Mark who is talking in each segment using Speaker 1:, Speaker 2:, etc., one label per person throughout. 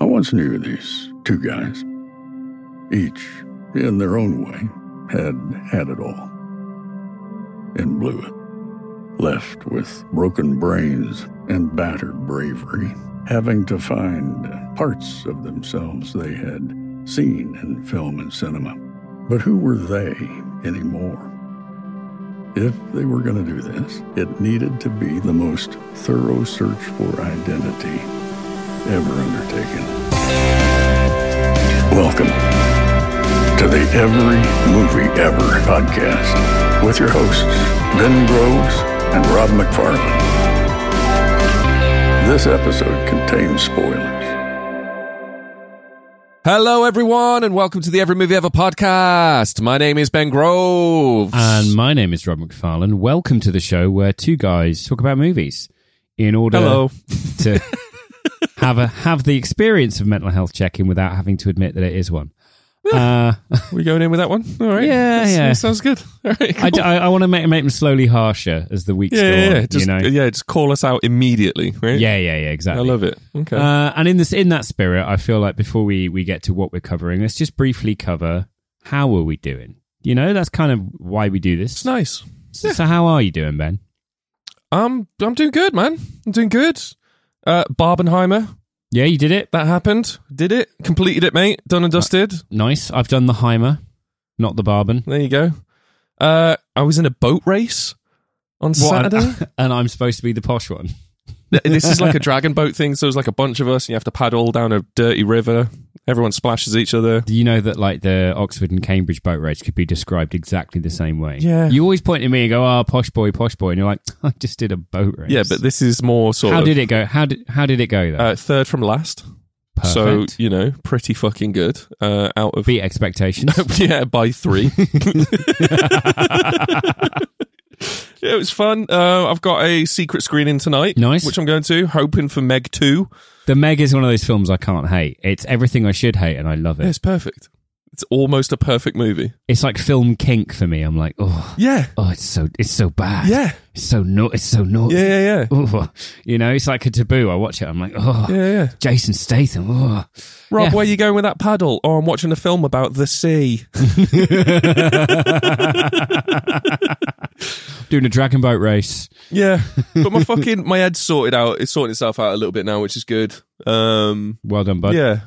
Speaker 1: once knew these two guys. Each, in their own way, had had it all and blew it, left with broken brains and battered bravery, having to find parts of themselves they had seen in film and cinema. But who were they anymore? If they were going to do this, it needed to be the most thorough search for identity ever undertaken. Welcome to the Every Movie Ever podcast with your hosts, Ben Groves and Rob McFarland. This episode contains spoilers.
Speaker 2: Hello, everyone, and welcome to the Every Movie Ever podcast. My name is Ben Groves.
Speaker 3: And my name is Rob McFarlane. Welcome to the show where two guys talk about movies in order
Speaker 2: Hello.
Speaker 3: to have a have the experience of mental health check-in without having to admit that it is one. Uh,
Speaker 2: we going in with that one? All right.
Speaker 3: Yeah, yeah.
Speaker 2: That sounds good. All right.
Speaker 3: I,
Speaker 2: cool.
Speaker 3: want to make, make them slowly harsher as the weeks
Speaker 2: yeah,
Speaker 3: go
Speaker 2: yeah,
Speaker 3: on.
Speaker 2: yeah. Just, uh,
Speaker 3: you know?
Speaker 2: yeah, just call us out immediately, right?
Speaker 3: yeah, yeah, yeah, exactly.
Speaker 2: I love it. Okay.
Speaker 3: Uh, and in this, in that spirit, I feel like before we we get to what we're covering, let's just briefly cover how were we doing. You know, that's kind of why we do
Speaker 2: it's
Speaker 3: this.
Speaker 2: nice.
Speaker 3: So, so how are you doing, Ben?
Speaker 2: I'm I'm doing good, man. I'm doing good. Uh, Barbenheimer,
Speaker 3: Yeah, you did it.
Speaker 2: that happened. Did it? Completed it, mate. Done and dusted.
Speaker 3: Nice. I've done the Heimer, not the Barben.
Speaker 2: There you go. Uh, I was in a boat race on
Speaker 3: What,
Speaker 2: Saturday.
Speaker 3: and, and I'm supposed to be the posh one.
Speaker 2: Th- this is like a dragon boat thing. So there's like a bunch of us, and you have to paddle down a dirty river. Everyone splashes each other.
Speaker 3: Do you know that like the Oxford and Cambridge boat race could be described exactly the same way?
Speaker 2: Yeah.
Speaker 3: You always point at me and go, "Ah, posh boy, posh boy," and you're like, "I just did a boat race."
Speaker 2: Yeah, but this is more sort
Speaker 3: how
Speaker 2: of
Speaker 3: did it go? How did how did it go though?
Speaker 2: uh, third from last.
Speaker 3: Perfect.
Speaker 2: So you know, pretty fucking good. Uh, out of
Speaker 3: Beat expectations.
Speaker 2: yeah, by three. yeah, it was fun. Uh, I've got a secret screening tonight.
Speaker 3: Nice.
Speaker 2: which I'm going to hoping for Meg two.
Speaker 3: the Meg is one of those films I can't hate. It's everything I should hate, and I love it.
Speaker 2: Yeah, it's perfect. It's almost a perfect movie.
Speaker 3: It's like film kink for me. I'm like, oh,
Speaker 2: Yeah,
Speaker 3: oh, it's so it's so bad.
Speaker 2: yeah,
Speaker 3: it's so no, it's so naughty.
Speaker 2: yeah, yeah, yeah,
Speaker 3: Ooh. you know, it's like a taboo. I watch it. I'm like, oh,
Speaker 2: yeah. yeah.
Speaker 3: Jason Statham. Oh.
Speaker 2: Rob,
Speaker 3: Yeah.
Speaker 2: where you going with that paddle? Oh, I'm watching a film about the sea.
Speaker 3: Doing a dragon boat race.
Speaker 2: Yeah, but my fucking my head's sorted out. It's sorting itself out a little bit now, which is good. Um,
Speaker 3: Well done, bud.
Speaker 2: yeah,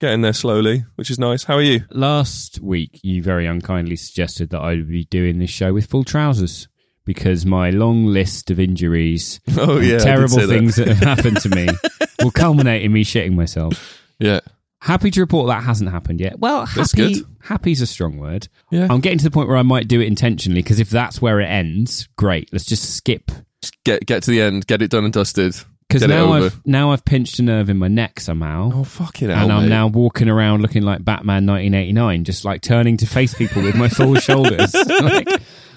Speaker 2: getting there slowly, which is nice. How are you?
Speaker 3: Last week, you very unkindly suggested that I would be doing this show with full trousers because my long list of injuries,
Speaker 2: Oh
Speaker 3: and
Speaker 2: yeah, I did
Speaker 3: terrible
Speaker 2: say that.
Speaker 3: things that have happened to me, will culminate in me shitting myself.
Speaker 2: Yeah,
Speaker 3: Happy to report that hasn't happened yet. Well,
Speaker 2: That's
Speaker 3: happy,
Speaker 2: good.
Speaker 3: happy's a strong word.
Speaker 2: yeah.
Speaker 3: I'm getting to the point where I might do it intentionally because if that's where it ends, great. Let's just skip
Speaker 2: Just get get to the end, get it done and dusted.
Speaker 3: because
Speaker 2: Get it
Speaker 3: now
Speaker 2: over.
Speaker 3: I've now I've pinched a nerve in my neck somehow.
Speaker 2: Oh fucking hell!
Speaker 3: and I'm
Speaker 2: mate.
Speaker 3: now walking around looking like Batman 1989, just like turning to face people with my full shoulders. Like,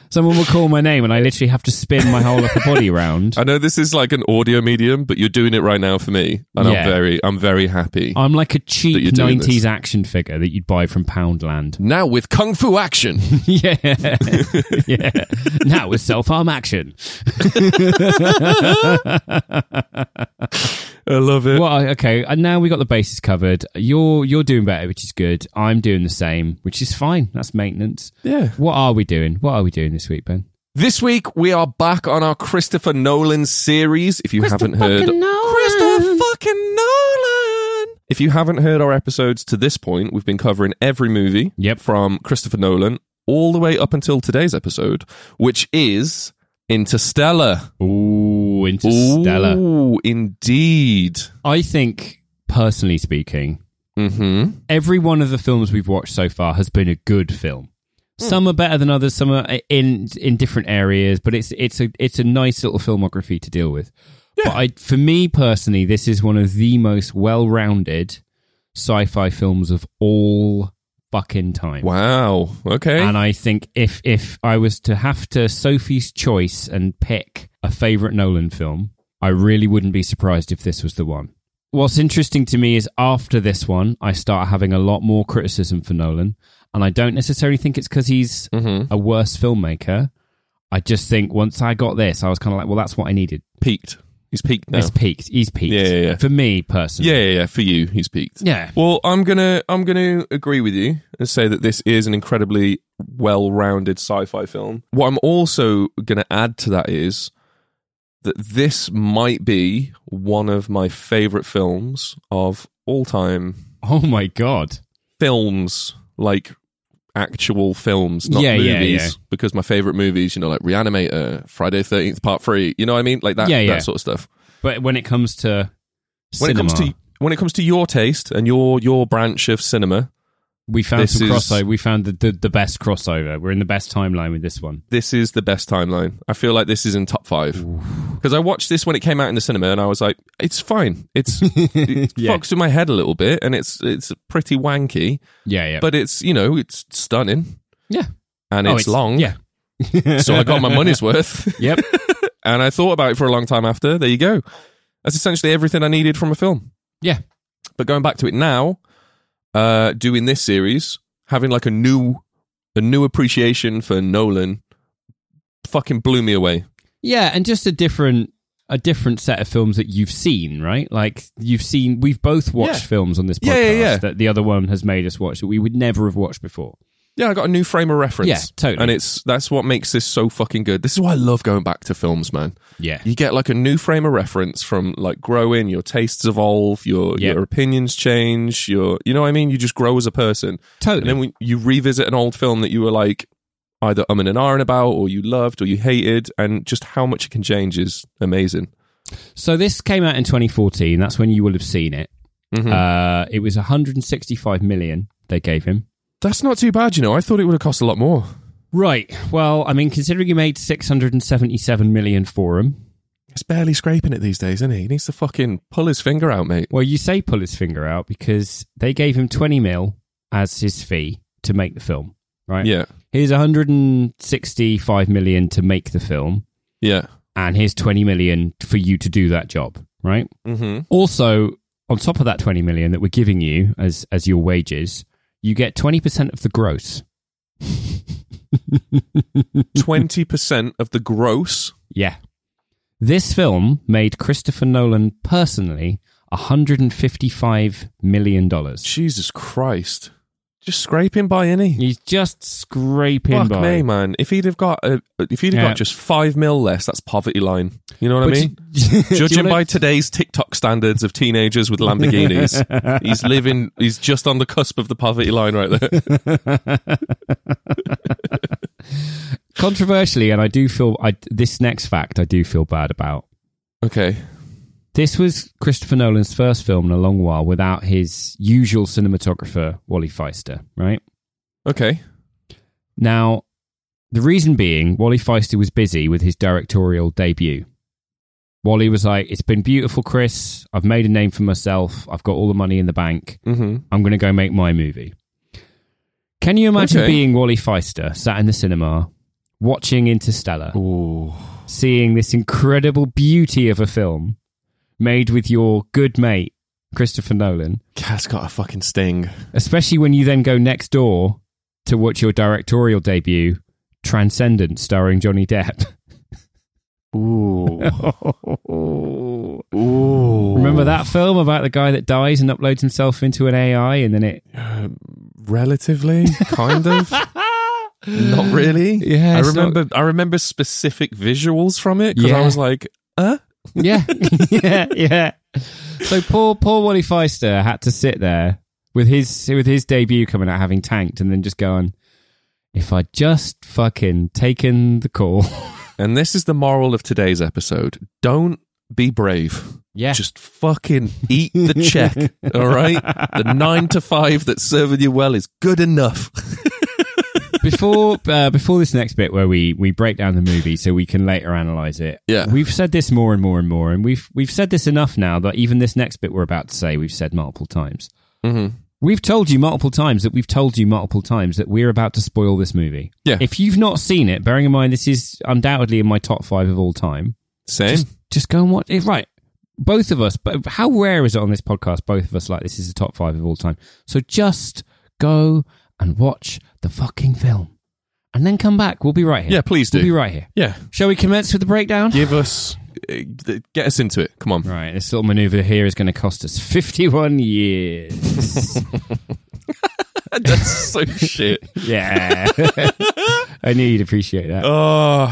Speaker 3: someone will call my name, and I literally have to spin my whole upper body around.
Speaker 2: I know this is like an audio medium, but you're doing it right now for me, and I'm
Speaker 3: Yeah.
Speaker 2: very I'm very happy.
Speaker 3: I'm like a
Speaker 2: That you're
Speaker 3: cheap
Speaker 2: doing this.
Speaker 3: 90s action figure that you'd buy from Poundland.
Speaker 2: now with kung fu action.
Speaker 3: yeah. yeah. Now with self harm action.
Speaker 2: I love it.
Speaker 3: Well, okay. And now we got the bases covered. You're you're doing better, which is good. I'm doing the same, which is fine. That's maintenance.
Speaker 2: Yeah.
Speaker 3: What are we doing? What are we doing this week, Ben?
Speaker 2: This week we are back on our Christopher Nolan series. If you haven't heard
Speaker 3: fucking Nolan.
Speaker 2: Christopher fucking Nolan. If you haven't heard our episodes to this point, we've been covering every movie
Speaker 3: Yep.
Speaker 2: from Christopher Nolan all the way up until today's episode, which is Interstellar.
Speaker 3: Ooh, Interstellar.
Speaker 2: Ooh, indeed.
Speaker 3: I think, personally speaking,
Speaker 2: Mm-hmm.
Speaker 3: every one of the films we've watched so far has been a good film. Some are better than others. Some are in in different areas, but it's it's a it's a nice little filmography to deal with. But I, for me personally, this is one of the most well-rounded sci-fi films of all fucking time.
Speaker 2: Wow. Okay.
Speaker 3: And I think if if I was to have to Sophie's choice and pick a favorite Nolan film, I really wouldn't be surprised if this was the one. What's interesting to me is after this one, I start having a lot more criticism for Nolan, and I don't necessarily think it's because he's
Speaker 2: mm-hmm.
Speaker 3: a worse filmmaker. I just think once I got this, I was kind of like, well, that's what I needed.
Speaker 2: Peaked. He's peaked now.
Speaker 3: It's peaked. He's peaked.
Speaker 2: Yeah, yeah, yeah.
Speaker 3: For me personally.
Speaker 2: Yeah, yeah, yeah. For you, he's peaked.
Speaker 3: Yeah.
Speaker 2: Well, I'm gonna I'm gonna agree with you and say that this is an incredibly well-rounded sci-fi film. What I'm also gonna add to that is that this might be one of my favorite films of all time.
Speaker 3: Oh my god.
Speaker 2: Films like actual films, not
Speaker 3: Yeah,
Speaker 2: movies,
Speaker 3: yeah, yeah.
Speaker 2: because my favorite movies, you know, like Reanimator, Friday Thirteenth Part Three. You know what I mean? Like that,
Speaker 3: Yeah, yeah.
Speaker 2: that sort of stuff.
Speaker 3: But when it comes to
Speaker 2: When
Speaker 3: cinema,
Speaker 2: it comes to when it comes to your taste and your your branch of cinema,
Speaker 3: we found
Speaker 2: this
Speaker 3: some
Speaker 2: is-
Speaker 3: crossover. We found the, the the best crossover. We're in the best timeline with this one.
Speaker 2: this is the best timeline. I feel like this is in top five because I watched this when it came out in the cinema, and I was like, "It's fine. It's it
Speaker 3: Yeah.
Speaker 2: fucks with my head a little bit, and it's it's pretty wanky,
Speaker 3: Yeah, yeah.
Speaker 2: but it's you know it's stunning
Speaker 3: yeah.
Speaker 2: and
Speaker 3: Oh,
Speaker 2: it's, long.
Speaker 3: Yeah.
Speaker 2: so I got my money's worth,
Speaker 3: Yep.
Speaker 2: and I thought about it for a long time after. There you go. That's essentially everything I needed from a film.
Speaker 3: Yeah.
Speaker 2: But going back to it now, uh, doing this series, having like a new a new appreciation for Nolan, fucking blew me away.
Speaker 3: Yeah, and just a different a different set of films that you've seen, right? Like you've seen we've both watched
Speaker 2: Yeah.
Speaker 3: films on this podcast
Speaker 2: Yeah, yeah, yeah.
Speaker 3: that the other one has made us watch that we would never have watched before.
Speaker 2: Yeah, I got a new frame of reference.
Speaker 3: Yeah, totally.
Speaker 2: And it's that's what makes this so fucking good. This is why I love going back to films, man.
Speaker 3: Yeah.
Speaker 2: You get like a new frame of reference from like growing, your tastes evolve, your
Speaker 3: Yeah.
Speaker 2: your opinions change, your you know what I mean? You just grow as a person. And
Speaker 3: Totally.
Speaker 2: then when you revisit an old film that you were like either umming and ahhing about or you loved or you hated and just how much it can change is amazing.
Speaker 3: So this came out in 2014. That's when you will have seen it.
Speaker 2: Mhm.
Speaker 3: Uh, it was 165 million they gave him.
Speaker 2: that's not too bad, you know. I thought it would have cost a lot more.
Speaker 3: Right. Well, I mean, considering he made 677 million for him.
Speaker 2: It's barely scraping it these days, isn't he? He needs to fucking pull his finger out, mate.
Speaker 3: Well, you say pull his finger out because they gave him 20 mil as his fee to make the film, right?
Speaker 2: Yeah.
Speaker 3: Here's 165 million to make the film,
Speaker 2: Yeah.
Speaker 3: and here's 20 million for you to do that job, right?
Speaker 2: Mm-hmm.
Speaker 3: Also, on top of that 20 million that we're giving you as as your wages, you get 20% of the gross.
Speaker 2: twenty percent of the gross.
Speaker 3: Yeah. This film made Christopher Nolan personally $155 million.
Speaker 2: Jesus Christ! Just scraping by, any.
Speaker 3: He's just scraping
Speaker 2: Fuck
Speaker 3: by.
Speaker 2: me, man. If he'd have got, a, if he'd have
Speaker 3: Yeah.
Speaker 2: got just five mil less, that's poverty line. You know what
Speaker 3: But
Speaker 2: I mean?
Speaker 3: do- do you
Speaker 2: Judging
Speaker 3: wanna-
Speaker 2: by today's TikTok standards of teenagers with Lamborghinis, he's living. He's just on the cusp of the poverty line, right there.
Speaker 3: controversially, and I do feel I this next fact I do feel bad about.
Speaker 2: okay.
Speaker 3: This was Christopher Nolan's first film in a long while without his usual cinematographer Wally Feister. Right
Speaker 2: Okay.
Speaker 3: now, the reason being Wally Feister was busy with his directorial debut. Wally was like, "It's been beautiful, Chris. I've made a name for myself. I've got all the money in the bank.
Speaker 2: Mm-hmm.
Speaker 3: I'm going to go make my movie. Can you imagine
Speaker 2: Okay.
Speaker 3: being Wally Feister sat in the cinema, watching Interstellar,
Speaker 2: Ooh.
Speaker 3: seeing this incredible beauty of a film made with your good mate, Christopher Nolan,
Speaker 2: Cat's got a fucking sting.
Speaker 3: especially when you then go next door to watch your directorial debut, Transcendent, starring Johnny Depp?
Speaker 2: Ooh.
Speaker 3: Remember that film about the guy that dies and uploads himself into an AI and then it.
Speaker 2: Relatively, kind of. Not really.
Speaker 3: Yeah,
Speaker 2: I
Speaker 3: it's not-
Speaker 2: remember. I remember specific visuals from it because
Speaker 3: Yeah.
Speaker 2: I was like, "Uh,
Speaker 3: Yeah, yeah, yeah. So poor, poor Wally Feister had to sit there with his with his debut coming out having tanked, and then just going, "If I just fucking taken the call,
Speaker 2: And this is the moral of today's episode: Don't be brave.
Speaker 3: yeah,
Speaker 2: Just fucking eat the check. all right, the nine to five that's serving you well is good enough.
Speaker 3: before uh, before this next bit where we we break down the movie so we can later analyze it.
Speaker 2: Yeah.
Speaker 3: we've said this more and more and more, and we've we've said this enough now that even this next bit we're about to say we've said multiple times.
Speaker 2: Mhm.
Speaker 3: We've told you multiple times that we've told you multiple times that we're about to spoil this movie.
Speaker 2: Yeah.
Speaker 3: If you've not seen it, bearing in mind this is undoubtedly in my top five of all time,
Speaker 2: Same.
Speaker 3: just go and watch it. Right. Both of us, but how rare is it on this podcast? Both of us like this is the top five of all time. So just go and watch the fucking film, and then come back. We'll be right here.
Speaker 2: Yeah, please do.
Speaker 3: We'll be right here.
Speaker 2: yeah,
Speaker 3: Shall we commence with the breakdown?
Speaker 2: give us uh, get us into it. Come on.
Speaker 3: Right, this little maneuver here is going to cost us 51 years.
Speaker 2: That's so shit.
Speaker 3: yeah. I knew you'd appreciate that.
Speaker 2: Uh,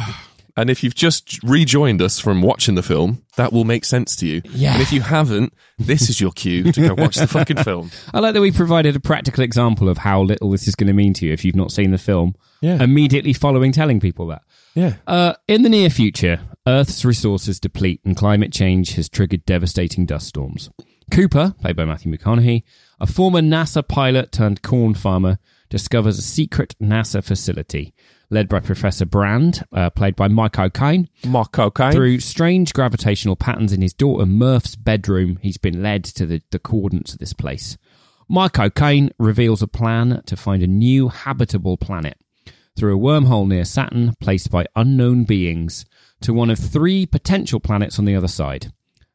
Speaker 2: and if you've just rejoined us from watching the film, that will make sense to you.
Speaker 3: Yeah.
Speaker 2: And if you haven't, this is your cue to go watch the fucking film.
Speaker 3: I like that we provided a practical example of how little this is going to mean to you if you've not seen the film
Speaker 2: Yeah.
Speaker 3: immediately following telling people that.
Speaker 2: Yeah.
Speaker 3: Uh, in the near future, Earth's resources deplete and climate change has triggered devastating dust storms. Cooper, played by Matthew McConaughey, a former NASA pilot turned corn farmer, discovers a secret NASA facility led by Professor Brand, uh, played by Mike O'Kane.
Speaker 2: Mark O'Kane.
Speaker 3: Through strange gravitational patterns in his daughter Murph's bedroom, he's been led to the, the coordinates of this place. Mike O'Kane reveals a plan to find a new habitable planet through a wormhole near Saturn placed by unknown beings to one of three potential planets on the other side.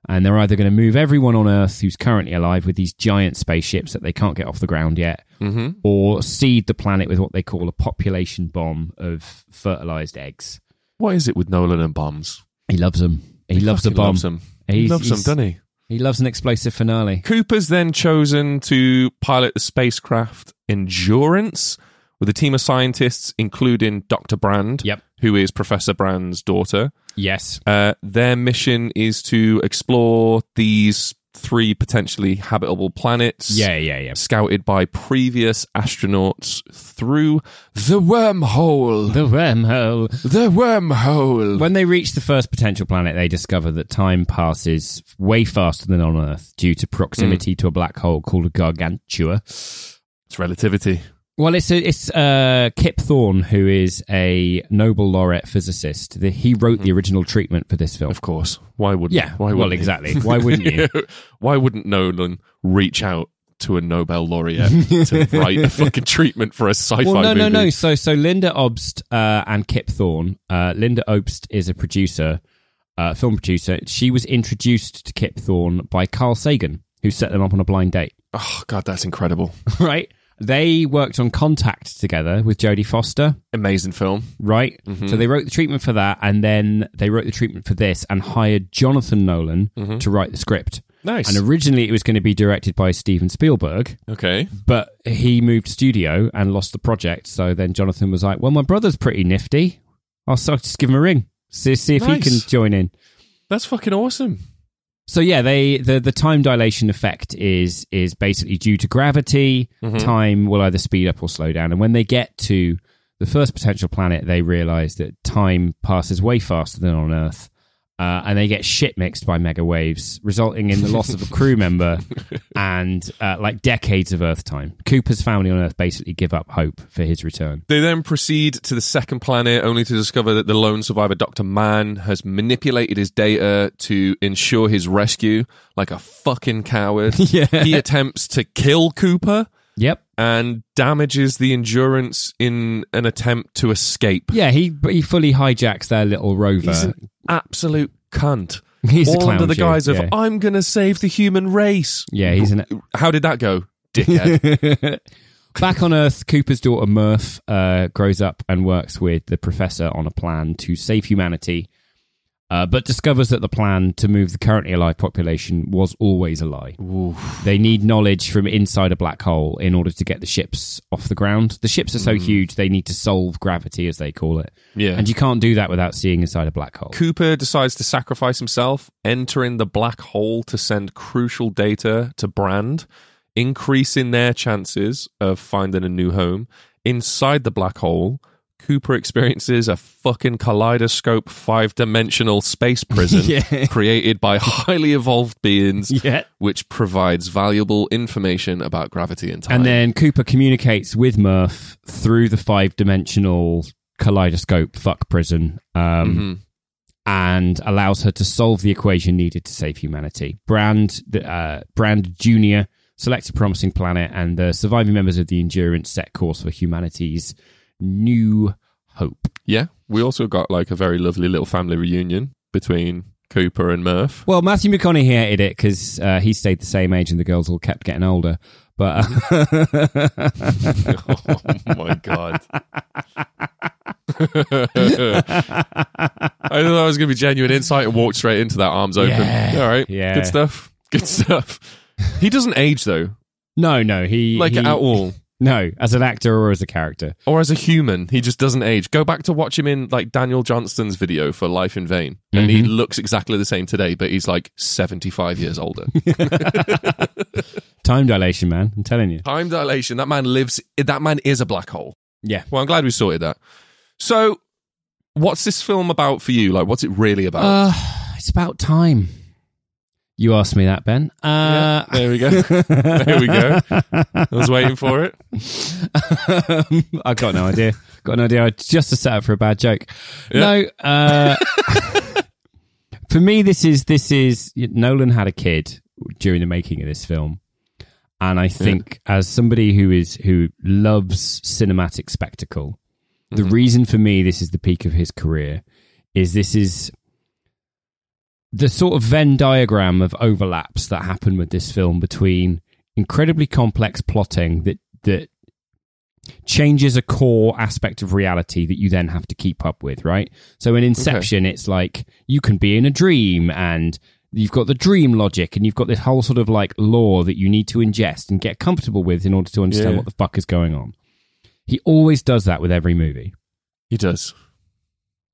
Speaker 3: And they're either going to move everyone on Earth who's currently alive with these giant spaceships that they can't get off the ground yet,
Speaker 2: Mm-hmm.
Speaker 3: or seed the planet with what they call a population bomb of fertilized eggs.
Speaker 2: What is it with Nolan and bombs?
Speaker 3: He loves them. He, loves a
Speaker 2: Fucking
Speaker 3: bomb.
Speaker 2: Loves them. He
Speaker 3: He's-
Speaker 2: loves them,
Speaker 3: he's-
Speaker 2: doesn't he?
Speaker 3: He loves an explosive finale.
Speaker 2: Cooper's then chosen to pilot the spacecraft Endurance with a team of scientists, including Dr. Brand,
Speaker 3: Yep.
Speaker 2: who is Professor Brand's daughter.
Speaker 3: Yes.
Speaker 2: Uh, their mission is to explore these three potentially habitable planets.
Speaker 3: Yeah, yeah, yeah.
Speaker 2: Scouted by previous astronauts through the wormhole.
Speaker 3: The wormhole.
Speaker 2: The wormhole.
Speaker 3: When they reach the first potential planet, they discover that time passes way faster than on Earth due to proximity to a black hole called a gargantua.
Speaker 2: It's relativity.
Speaker 3: Well, it's a, it's uh, Kip Thorne, who is a Nobel laureate physicist. The, he wrote the original treatment for this film.
Speaker 2: Of course. Why wouldn't?
Speaker 3: Yeah.
Speaker 2: Why
Speaker 3: well,
Speaker 2: wouldn't he?
Speaker 3: exactly. Why wouldn't you?
Speaker 2: Why wouldn't Nolan reach out to a Nobel laureate to write a fucking treatment for a sci-fi
Speaker 3: well, no,
Speaker 2: movie?
Speaker 3: no, no. So, so Linda Obst uh, and Kip Thorne. Uh, Linda Obst is a producer, uh, film producer. She was introduced to Kip Thorne by Carl Sagan, who set them up on a blind date.
Speaker 2: Oh god, that's incredible.
Speaker 3: Right? They worked on Contact together with Jodie Foster.
Speaker 2: Amazing film.
Speaker 3: Right? So they wrote the treatment for that, and then they wrote the treatment for this, and hired Jonathan Nolan to write the script.
Speaker 2: Nice.
Speaker 3: And originally, it was going to be directed by Steven Spielberg,
Speaker 2: okay.
Speaker 3: but he moved studio and lost the project. So then Jonathan was like, "Well, my brother's pretty nifty. I'll, so- I'll just give him a ring, see, see if he
Speaker 2: Nice.
Speaker 3: can join in."
Speaker 2: That's fucking awesome.
Speaker 3: So yeah, they the, the time dilation effect is is basically due to gravity.
Speaker 2: Mm-hmm.
Speaker 3: Time will either speed up or slow down, and when they get to the first potential planet, they realize that time passes way faster than on Earth, uh, and they get shit mixed by mega waves, resulting in the loss of a crew member and uh, like decades of Earth time. Cooper's family on Earth basically give up hope for his return.
Speaker 2: They then proceed to the second planet, only to discover that the lone survivor, Dr. Mann, has manipulated his data to ensure his rescue like a fucking coward.
Speaker 3: Yeah.
Speaker 2: He attempts to kill Cooper
Speaker 3: Yep.
Speaker 2: and damages the endurance in an attempt to escape.
Speaker 3: Yeah, he he fully hijacks their little rover.
Speaker 2: He's an absolute cunt.
Speaker 3: He's a
Speaker 2: All
Speaker 3: clown
Speaker 2: under the
Speaker 3: Jew,
Speaker 2: guise of,
Speaker 3: yeah.
Speaker 2: I'm going to save the human race.
Speaker 3: yeah, he's an
Speaker 2: How did that go, dickhead?
Speaker 3: Back on Earth, Cooper's daughter Murph uh, grows up and works with the professor on a plan to save humanity, uh, but discovers that the plan to move the currently alive population was always a lie. They need knowledge from inside a black hole in order to get the ships off the ground. The ships are so huge, they need to solve gravity, as they call it.
Speaker 2: yeah.
Speaker 3: And you can't do that without seeing inside a black hole.
Speaker 2: Cooper decides to sacrifice himself, entering the black hole to send crucial data to Brand, increasing their chances of finding a new home. Inside the black hole, Cooper experiences a fucking kaleidoscope five dimensional space prison
Speaker 3: Yeah.
Speaker 2: created by highly evolved beings,
Speaker 3: Yeah.
Speaker 2: which provides valuable information about gravity and time.
Speaker 3: And then Cooper communicates with Murph through the five dimensional kaleidoscope fuck prison um,
Speaker 2: Mm-hmm.
Speaker 3: and allows her to solve the equation needed to save humanity. Brand, the, uh, Brand Jr. selects a promising planet, and the surviving members of the Endurance set course for humanity's new hope.
Speaker 2: yeah, we also got like a very lovely little family reunion between Cooper and Murph.
Speaker 3: Well, Matthew McConaughey hated it because uh, he stayed the same age and the girls all kept getting older. But.
Speaker 2: oh my god. I thought that was going to be genuine insight and walked straight into that, arms open.
Speaker 3: Yeah.
Speaker 2: All right.
Speaker 3: Yeah.
Speaker 2: Good stuff. Good stuff. He doesn't age, though,
Speaker 3: No, no, he
Speaker 2: like
Speaker 3: he,
Speaker 2: at all.
Speaker 3: No, as an actor or as a character.
Speaker 2: Or as a human, he just doesn't age. Go back to watch him in like Daniel Johnston's video for Life in Vain. And
Speaker 3: Mm-hmm.
Speaker 2: he looks exactly the same today, but he's like 75 years older.
Speaker 3: Time dilation, man. I'm telling you.
Speaker 2: Time dilation. That man lives, that man is a black hole.
Speaker 3: Yeah.
Speaker 2: Well, I'm glad we sorted that. So, what's this film about for you? Like, what's it really about?
Speaker 3: Uh, it's about time. You asked me that, Ben. Uh,
Speaker 2: there we go. there we go. I was waiting for it.
Speaker 3: I got no idea. Got no idea. I just set up for a bad joke. No. Uh, for me, this is this is Nolan had a kid during the making of this film, and I think as somebody who is who loves cinematic spectacle, the reason for me this is the peak of his career is this is the sort of Venn diagram of overlaps that happen with this film between incredibly complex plotting that that changes a core aspect of reality that you then have to keep up with, right? So in Inception, it's like you can be in a dream and you've got the dream logic and you've got this whole sort of like lore that you need to ingest and get comfortable with in order to understand
Speaker 2: Yeah.
Speaker 3: what the fuck is going on. He always does that with every movie
Speaker 2: He does.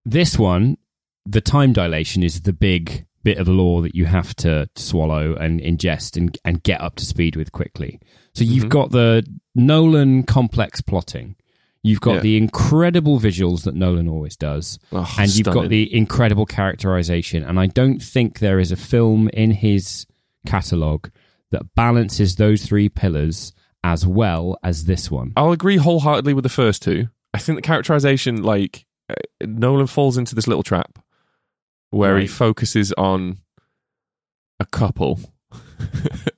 Speaker 3: this one, the time dilation is the big bit of law that you have to swallow and ingest and, and get up to speed with quickly. So you've
Speaker 2: Mm-hmm.
Speaker 3: got the Nolan complex plotting. You've got
Speaker 2: Yeah.
Speaker 3: the incredible visuals that Nolan always does.
Speaker 2: Oh,
Speaker 3: and you've got
Speaker 2: stunning.
Speaker 3: the incredible characterization. And I don't think there is a film in his catalogue that balances those three pillars as well as this one.
Speaker 2: I'll agree wholeheartedly with the first two. I think the characterization, like uh, Nolan, falls into this little trap where he
Speaker 3: Right.
Speaker 2: focuses on a couple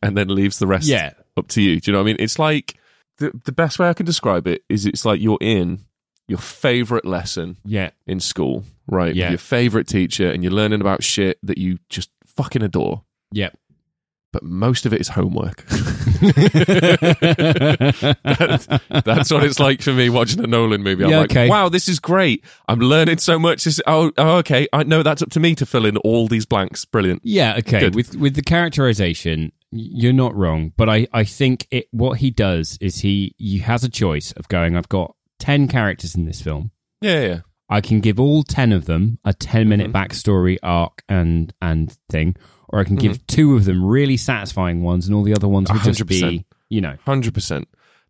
Speaker 2: and then leaves the rest
Speaker 3: Yeah.
Speaker 2: up to you. Do you know what I mean? It's like the the best way I can describe it is it's like you're in your favorite lesson
Speaker 3: Yeah.
Speaker 2: in school, right? with
Speaker 3: Yeah.
Speaker 2: Your favorite teacher, and you're learning about shit that you just fucking adore.
Speaker 3: Yeah.
Speaker 2: But most of it is homework. That's- That's what it's like for me watching a Nolan movie. I'm
Speaker 3: Yeah,
Speaker 2: like,
Speaker 3: okay.
Speaker 2: wow, this is great. I'm learning so much. This, oh, oh, okay. I know that's up to me to fill in all these blanks. Brilliant.
Speaker 3: Yeah, okay.
Speaker 2: Good.
Speaker 3: With with the characterization, you're not wrong, but I I think it what he does is he he has a choice of going I've got 10 characters in this film.
Speaker 2: Yeah, yeah, yeah.
Speaker 3: I can give all 10 of them a 10
Speaker 2: Mm-hmm.
Speaker 3: minute backstory arc and and thing or I can
Speaker 2: Mm-hmm.
Speaker 3: give two of them really satisfying ones and all the other ones would just be,
Speaker 2: 100%.
Speaker 3: you know.
Speaker 2: 100%.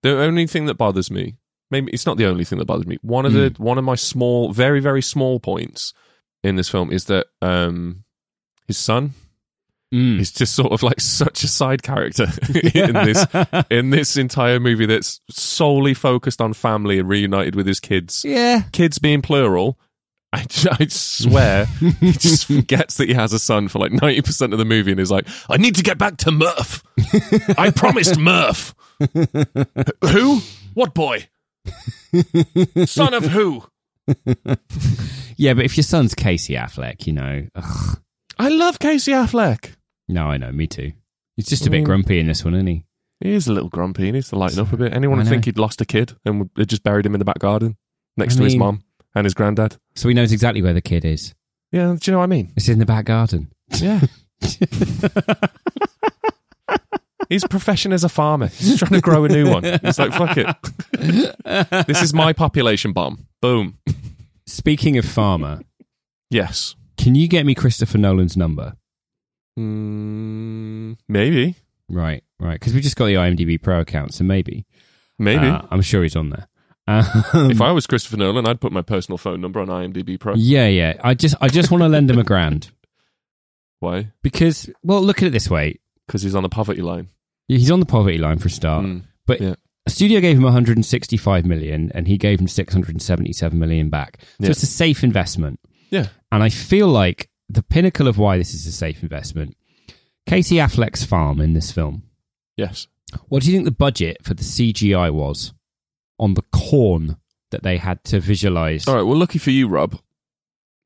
Speaker 2: The only thing that bothers me, maybe it's not the only thing that bothers me. One of
Speaker 3: Hmm.
Speaker 2: the one of my small, very very small points in this film is that um his son
Speaker 3: Mm.
Speaker 2: is just sort of like such a side character in this in this entire movie that's solely focused on family and reunited with his kids.
Speaker 3: Yeah.
Speaker 2: Kids being plural. I, j- I swear, he just forgets that he has a son for like 90% of the movie and is like, I need to get back to Murph. I promised Murph. who? What boy? son of who?
Speaker 3: Yeah, but if your son's Casey Affleck, you know. Ugh.
Speaker 2: I love Casey Affleck.
Speaker 3: No, I know, me too. He's just a bit grumpy in this one, isn't he?
Speaker 2: He is a little grumpy. He needs to lighten up a bit. Anyone
Speaker 3: I
Speaker 2: would think
Speaker 3: know.
Speaker 2: he'd lost a kid and would- they just buried him in the back garden next
Speaker 3: I
Speaker 2: to his
Speaker 3: mean-
Speaker 2: mum and his granddad.
Speaker 3: So he knows exactly where the kid is.
Speaker 2: Yeah, do you know what I mean?
Speaker 3: It's in the back garden.
Speaker 2: Yeah. His profession as a farmer. He's trying to grow a new one. It's like, fuck it. this is my population bomb. Boom.
Speaker 3: Speaking of farmer,
Speaker 2: Yes.
Speaker 3: can you get me Christopher Nolan's number? Hmm.
Speaker 2: Mm, maybe.
Speaker 3: Right, right. Because we just got the IMDb Pro account, so maybe.
Speaker 2: Maybe.
Speaker 3: Uh, I'm sure he's on there. Um,
Speaker 2: if I was Christopher Nolan, I'd put my personal phone number on IMDb Pro.
Speaker 3: yeah, yeah. I just, I just want to lend him a grand
Speaker 2: Why?
Speaker 3: because, well, look at it this way:
Speaker 2: Because he's on the poverty line.
Speaker 3: he's on the poverty line for a start,
Speaker 2: Mm,
Speaker 3: but
Speaker 2: yeah.
Speaker 3: a studio gave him 165 million, and he gave him 677 million back. So
Speaker 2: Yeah.
Speaker 3: it's a safe investment.
Speaker 2: Yeah.
Speaker 3: And I feel like the pinnacle of why this is a safe investment. Casey Affleck's farm in this film.
Speaker 2: Yes.
Speaker 3: What do you think the budget for the CGI was on the corn that they had to visualize?
Speaker 2: All right. Well, lucky for you, Rob,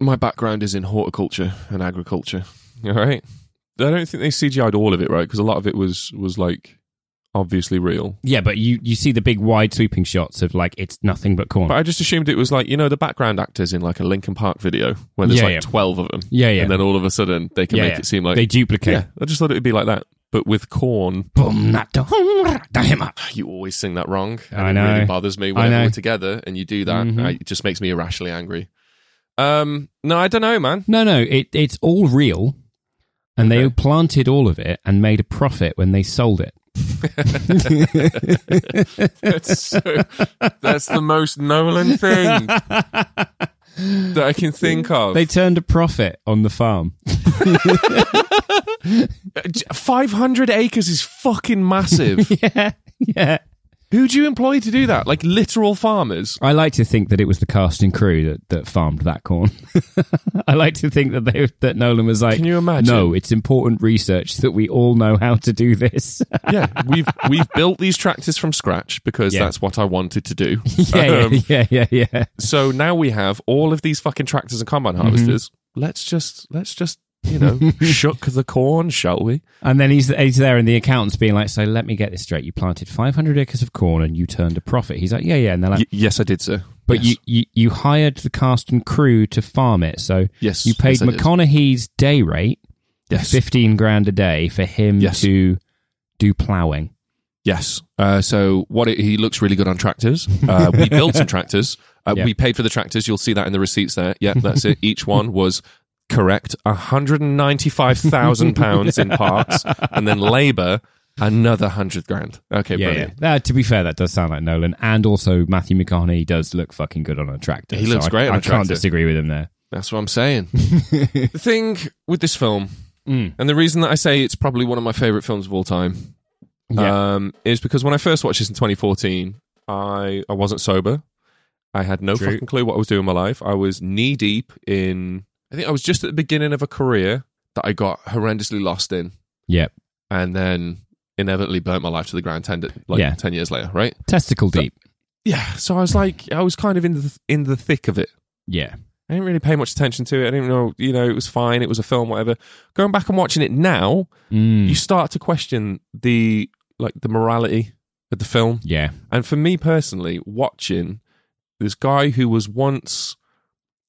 Speaker 2: my background is in horticulture and agriculture. All right. I don't think they CGI'd all of it, right? Because a lot of it was was like obviously real.
Speaker 3: Yeah, but you you see the big wide sweeping shots of like it's nothing but corn.
Speaker 2: But I just assumed it was like you know the background actors in like a Linkin Park video where there's
Speaker 3: Yeah,
Speaker 2: like
Speaker 3: yeah.
Speaker 2: twelve of them.
Speaker 3: Yeah, yeah.
Speaker 2: And then all of a sudden they can
Speaker 3: yeah,
Speaker 2: make
Speaker 3: yeah.
Speaker 2: it seem like
Speaker 3: they duplicate.
Speaker 2: Yeah, I just thought it would be like that, but with corn.
Speaker 3: Boom, that da- da- him up.
Speaker 2: You always sing that wrong. And
Speaker 3: I
Speaker 2: it
Speaker 3: know.
Speaker 2: really bothers me
Speaker 3: I
Speaker 2: when
Speaker 3: know.
Speaker 2: we're together and you do that.
Speaker 3: Mhm.
Speaker 2: I- it just makes me irrationally angry. Um, no, I don't know, man.
Speaker 3: No, no, it it's all real, and they planted all of it and made a profit when they sold it.
Speaker 2: That's so. that's the most Nolan thing that I can think of.
Speaker 3: They turned a profit on the farm.
Speaker 2: Five hundred acres is fucking massive.
Speaker 3: yeah, yeah.
Speaker 2: Who do you employ to do that? Like literal farmers.
Speaker 3: I like to think that it was the cast and crew that, that farmed that corn. I like to think that they that Nolan was like,
Speaker 2: Can you imagine?
Speaker 3: No, it's important research that we all know how to do this.
Speaker 2: Yeah, we've we've built these tractors from scratch because
Speaker 3: Yeah.
Speaker 2: that's what I wanted to do.
Speaker 3: yeah,
Speaker 2: Um,
Speaker 3: yeah, yeah, yeah, yeah.
Speaker 2: so now we have all of these fucking tractors and combine harvesters. Let's just let's just you know shuck the corn, shall we?
Speaker 3: And then he's he's there, and the accountant's being like, "So let me get this straight. You planted 500 acres of corn, and you turned a profit." He's like, "Yeah, yeah." And they're like,
Speaker 2: Y- yes, I did, sir.
Speaker 3: "But
Speaker 2: yes.
Speaker 3: you, you you hired the cast and crew to farm it, so
Speaker 2: Yes,
Speaker 3: you paid
Speaker 2: yes, I did.
Speaker 3: McConaughey's day rate,
Speaker 2: yes,
Speaker 3: 15 grand a day, for him
Speaker 2: Yes.
Speaker 3: to do ploughing."
Speaker 2: yes. Uh, so what? It, he looks really good on tractors. Uh, we built some tractors. Uh,
Speaker 3: Yeah.
Speaker 2: We paid for the tractors. You'll see that in the receipts there. Yeah, that's it. Each one was. Correct, hundred and ninety-five thousand pounds in parts, and then labour another hundred grand. Okay,
Speaker 3: yeah,
Speaker 2: brilliant.
Speaker 3: yeah. Uh, to be fair, that does sound like Nolan, and also Matthew McConaughey does look fucking good on a tractor.
Speaker 2: He
Speaker 3: so
Speaker 2: looks
Speaker 3: I-
Speaker 2: great on
Speaker 3: I
Speaker 2: a
Speaker 3: can't
Speaker 2: tractor.
Speaker 3: disagree with him there.
Speaker 2: That's what I'm saying. the thing with this film,
Speaker 3: Hmm.
Speaker 2: and the reason that I say it's probably one of my favorite films of all time,
Speaker 3: Yeah.
Speaker 2: um, is because when I first watched this in 2014, I I wasn't sober. I had no
Speaker 3: True.
Speaker 2: fucking clue what I was doing in my life. I was knee deep in. I think I was just at the beginning of a career that I got horrendously lost in,
Speaker 3: Yeah,
Speaker 2: and then inevitably burnt my life to the ground. Ten like
Speaker 3: Yeah.
Speaker 2: ten years later, right?
Speaker 3: testicle deep.
Speaker 2: Yeah. So I was like, I was kind of in the in the thick of it.
Speaker 3: Yeah,
Speaker 2: I didn't really pay much attention to it. I didn't know, you know, it was fine. It was a film, whatever. Going back and watching it now,
Speaker 3: Mm.
Speaker 2: you start to question the like the morality of the film.
Speaker 3: yeah,
Speaker 2: And for me personally, watching this guy who was once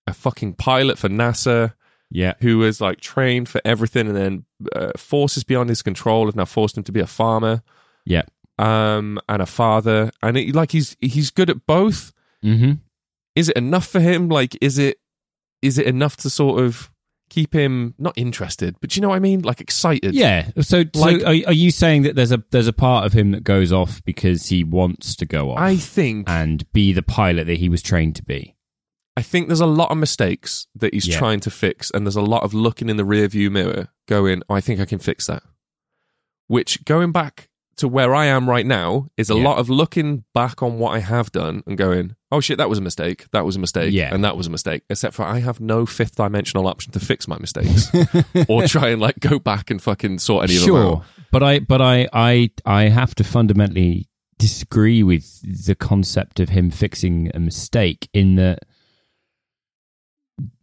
Speaker 2: a fucking pilot for NASA,
Speaker 3: yeah.
Speaker 2: who was like trained for everything, and then uh, forces beyond his control have now forced him to be a farmer
Speaker 3: Yeah.
Speaker 2: um, and a father. And it, like he's he's good at both
Speaker 3: Mm-hmm.
Speaker 2: is it enough for him like is it is it enough to sort of keep him not interested but you know what i mean like excited
Speaker 3: Yeah. So,
Speaker 2: Like-
Speaker 3: so are, are you saying that there's a there's a part of him that goes off because he wants to go off
Speaker 2: i think
Speaker 3: and be the pilot that he was trained to be?
Speaker 2: i think there's a lot of mistakes that he's
Speaker 3: Yeah.
Speaker 2: trying to fix and there's a lot of looking in the rearview mirror going i think i can fix that which going back to where i am right now is a
Speaker 3: Yeah.
Speaker 2: lot of looking back on what i have done and going oh shit that was a mistake that was a mistake
Speaker 3: Yeah.
Speaker 2: and that was a mistake except for i have no fifth dimensional option to fix my mistakes or try and like go back and fucking sort any of them out
Speaker 3: Sure, but I but I I I have to fundamentally disagree with the concept of him fixing a mistake in that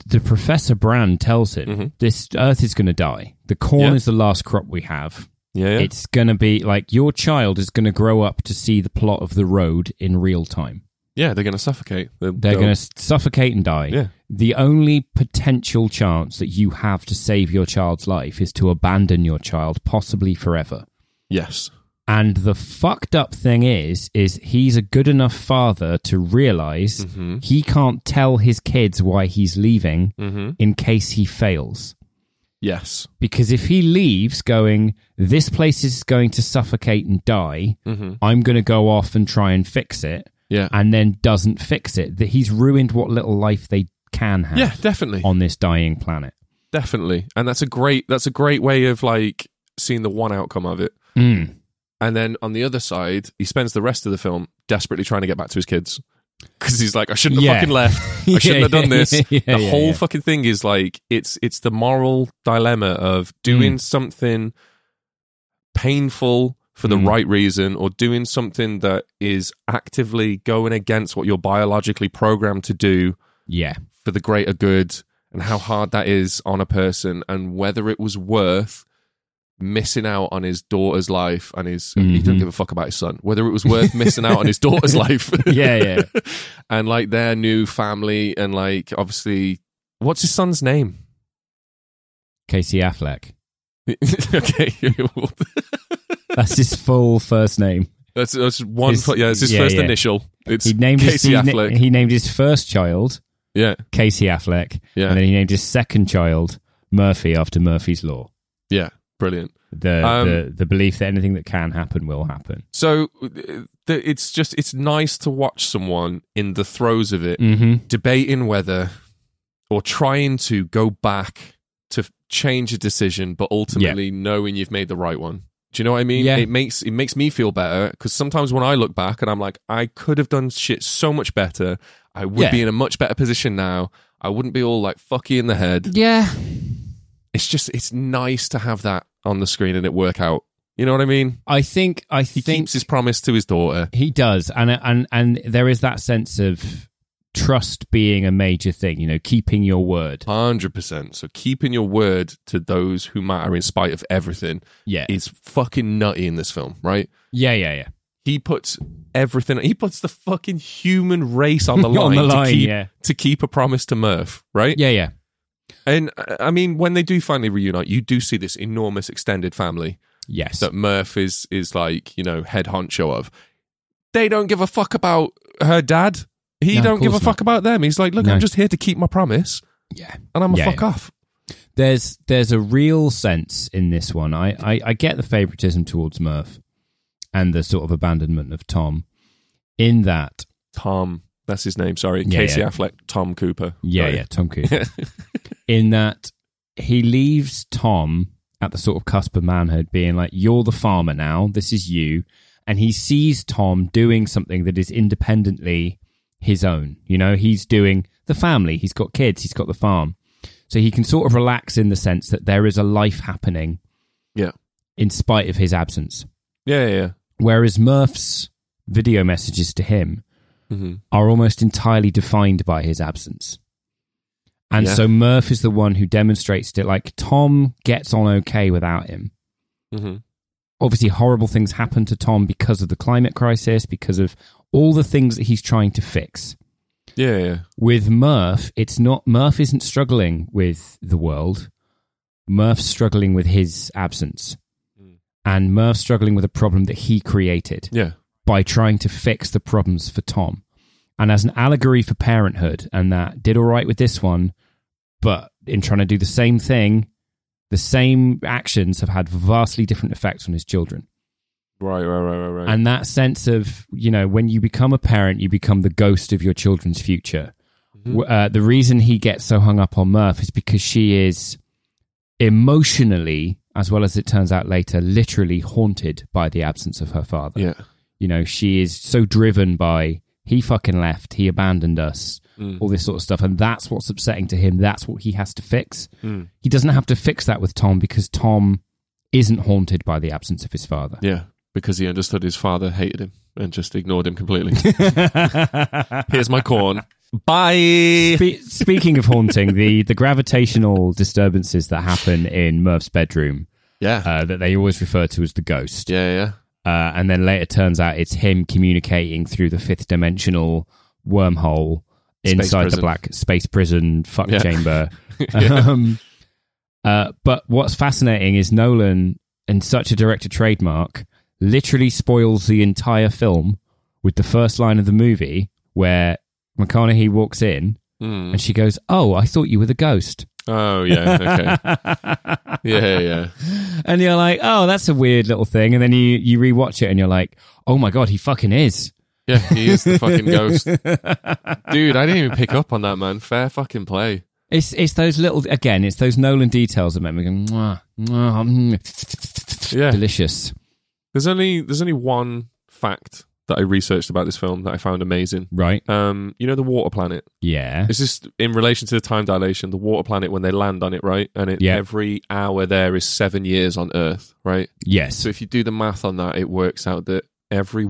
Speaker 3: the Professor Brand tells him
Speaker 2: Mhm.
Speaker 3: this Earth is going to die. The corn
Speaker 2: Yeah.
Speaker 3: is the last crop we have.
Speaker 2: Yeah, yeah.
Speaker 3: It's going to be like your child is going to grow up to see the plot of the road in real time.
Speaker 2: yeah. They're going to suffocate. They're,
Speaker 3: They're going to suffocate and die.
Speaker 2: Yeah.
Speaker 3: The only potential chance that you have to save your child's life is to abandon your child, possibly forever.
Speaker 2: Yes.
Speaker 3: And the fucked up thing is, is he's a good enough father to realize he can't tell his kids why he's leaving
Speaker 2: Mm-hmm.
Speaker 3: in case he fails.
Speaker 2: Yes.
Speaker 3: Because if he leaves going, this place is going to suffocate and die,
Speaker 2: Mhm.
Speaker 3: I'm going to go off and try and fix it,
Speaker 2: Yeah.
Speaker 3: and then doesn't fix it, that he's ruined what little life they can have
Speaker 2: yeah. Definitely.
Speaker 3: on this dying planet.
Speaker 2: Definitely. And that's a great. That's a great way of like seeing the one outcome of it.
Speaker 3: Mm.
Speaker 2: And then on the other side, he spends the rest of the film desperately trying to get back to his kids because he's like, I shouldn't have
Speaker 3: Yeah.
Speaker 2: fucking left.
Speaker 3: Yeah,
Speaker 2: I shouldn't have
Speaker 3: yeah,
Speaker 2: done this.
Speaker 3: yeah, yeah,
Speaker 2: the
Speaker 3: yeah,
Speaker 2: whole
Speaker 3: yeah.
Speaker 2: fucking thing is like it's it's the moral dilemma of
Speaker 3: Mm.
Speaker 2: doing something painful for the
Speaker 3: Mm.
Speaker 2: right reason or doing something that is actively going against what you're biologically programmed to do
Speaker 3: Yeah.
Speaker 2: for the greater good and how hard that is on a person and whether it was worth missing out on his daughter's life and his he didn't give a fuck about his son whether it was worth missing out on his daughter's life
Speaker 3: Mm-hmm. Yeah, yeah.
Speaker 2: and like their new family and like obviously what's his son's name
Speaker 3: Casey Affleck.
Speaker 2: okay
Speaker 3: That's his full first name.
Speaker 2: that's, that's one
Speaker 3: His-
Speaker 2: fo- yeah it's his
Speaker 3: yeah,
Speaker 2: first
Speaker 3: yeah.
Speaker 2: initial it's
Speaker 3: He named
Speaker 2: Casey
Speaker 3: his, he na-
Speaker 2: Affleck
Speaker 3: He, named his first child
Speaker 2: yeah
Speaker 3: Casey Affleck,
Speaker 2: Yeah.
Speaker 3: and then he named his second child Murphy after Murphy's Law.
Speaker 2: yeah brilliant
Speaker 3: The,
Speaker 2: Um,
Speaker 3: the the belief that anything that can happen will happen.
Speaker 2: so uh, the, it's just it's nice to watch someone in the throes of it
Speaker 3: Mm-hmm.
Speaker 2: debating whether or trying to go back to f- change a decision, but ultimately knowing you've made the right one. Do you know what I mean?
Speaker 3: Yeah.
Speaker 2: It makes it makes me feel better because sometimes when I look back and I'm like, I could have done shit so much better. I would
Speaker 3: Yeah.
Speaker 2: be in a much better position now. I wouldn't be all like fucky in the head.
Speaker 3: Yeah,
Speaker 2: It's just it's nice to have that on the screen and it work out. You know what I mean?
Speaker 3: I think I
Speaker 2: He
Speaker 3: think
Speaker 2: keeps his promise to his daughter.
Speaker 3: He does, and and and there is that sense of trust being a major thing. You know, keeping your word.
Speaker 2: Hundred percent. So keeping your word to those who matter in spite of everything
Speaker 3: Yeah,
Speaker 2: is fucking nutty in this film, right?
Speaker 3: yeah, yeah, yeah.
Speaker 2: He puts everything. He puts the fucking human race on the line,
Speaker 3: On the line,
Speaker 2: to, keep,
Speaker 3: yeah.
Speaker 2: to keep a promise to Murph, right?
Speaker 3: Yeah, yeah.
Speaker 2: And uh, I I mean, when they do finally reunite, you do see this enormous extended family
Speaker 3: Yes.
Speaker 2: that Murph is is like you know head honcho of. They don't give a fuck about her dad. He
Speaker 3: No, of
Speaker 2: don't give a
Speaker 3: course
Speaker 2: fuck about them. He's like, look,
Speaker 3: No.
Speaker 2: I'm just here to keep my promise,
Speaker 3: yeah.
Speaker 2: and I'm a
Speaker 3: Yeah,
Speaker 2: fuck
Speaker 3: yeah.
Speaker 2: off.
Speaker 3: There's there's a real sense in this one. I, I I get the favoritism towards Murph and the sort of abandonment of Tom in that.
Speaker 2: Tom, that's his name. Sorry,
Speaker 3: Yeah,
Speaker 2: Casey
Speaker 3: yeah.
Speaker 2: Affleck, Tom Cooper.
Speaker 3: Yeah,
Speaker 2: Sorry.
Speaker 3: yeah, Tom Cruise. in that he leaves Tom at the sort of cusp of manhood, being like, You're the farmer now, this is you. And he sees Tom doing something that is independently his own. You know, he's doing the family, he's got kids, he's got the farm. So he can sort of relax in the sense that there is a life happening
Speaker 2: yeah,
Speaker 3: in spite of his absence.
Speaker 2: yeah, yeah. yeah.
Speaker 3: Whereas Murph's video messages to him
Speaker 2: Mhm.
Speaker 3: are almost entirely defined by his absence. And
Speaker 2: Yeah.
Speaker 3: so Murph is the one who demonstrates it. Like Tom gets on okay without him.
Speaker 2: Mhm.
Speaker 3: Obviously, horrible things happen to Tom because of the climate crisis, because of all the things that he's trying to fix.
Speaker 2: Yeah, yeah.
Speaker 3: With Murph, it's not, Murph isn't struggling with the world. Murph's struggling with his absence. And Murph's struggling with a problem that he created
Speaker 2: Yeah.
Speaker 3: by trying to fix the problems for Tom. And as an allegory for parenthood, and that did all right with this one, but in trying to do the same thing, the same actions have had vastly different effects on his children.
Speaker 2: Right, right, right, right, right.
Speaker 3: And that sense of, you know, when you become a parent, you become the ghost of your children's future. W Uh, the reason he gets so hung up on Murph is because she is emotionally, as well as it turns out later, literally haunted by the absence of her father
Speaker 2: yeah.
Speaker 3: you know she is so driven by he fucking left he abandoned us all this sort of stuff and that's what's upsetting to him that's what he has to fix he doesn't have to fix that with tom because tom isn't haunted by the absence of his father
Speaker 2: Yeah. Because he understood his father hated him and just ignored him completely. Here's my corn. Bye.
Speaker 3: Spe- speaking of haunting the, the gravitational disturbances that happen in murph's bedroom
Speaker 2: Yeah.
Speaker 3: uh, that they always refer to as the ghost
Speaker 2: yeah, yeah.
Speaker 3: uh, and then later turns out it's him communicating through the fifth dimensional wormhole
Speaker 2: Space
Speaker 3: inside the
Speaker 2: prison.
Speaker 3: black space prison fuck
Speaker 2: Yeah.
Speaker 3: chamber. um, uh, but what's fascinating is Nolan, in such a director trademark, literally spoils the entire film with the first line of the movie where McConaughey walks in
Speaker 2: Mm.
Speaker 3: and she goes, "Oh, I thought you were the ghost."
Speaker 2: Oh, yeah. Okay. yeah, yeah.
Speaker 3: and you're like, oh, that's a weird little thing. And then you you rewatch it and you're like, oh my god, he fucking is.
Speaker 2: Yeah, he is the fucking ghost. Dude, I didn't even pick up on that, man. Fair fucking play.
Speaker 3: It's it's those little again, it's those Nolan details that make me go, mwah, mwah, mm,
Speaker 2: Yeah.
Speaker 3: delicious.
Speaker 2: There's only there's only one fact that I researched about this film that I found amazing.
Speaker 3: Right?
Speaker 2: Um, you know the water planet.
Speaker 3: Yeah.
Speaker 2: It's just in relation to the time dilation, the water planet when they land on it, right? And it,
Speaker 3: Yeah.
Speaker 2: every hour there is seven years on Earth, right?
Speaker 3: Yes.
Speaker 2: So if you do the math on that, it works out that every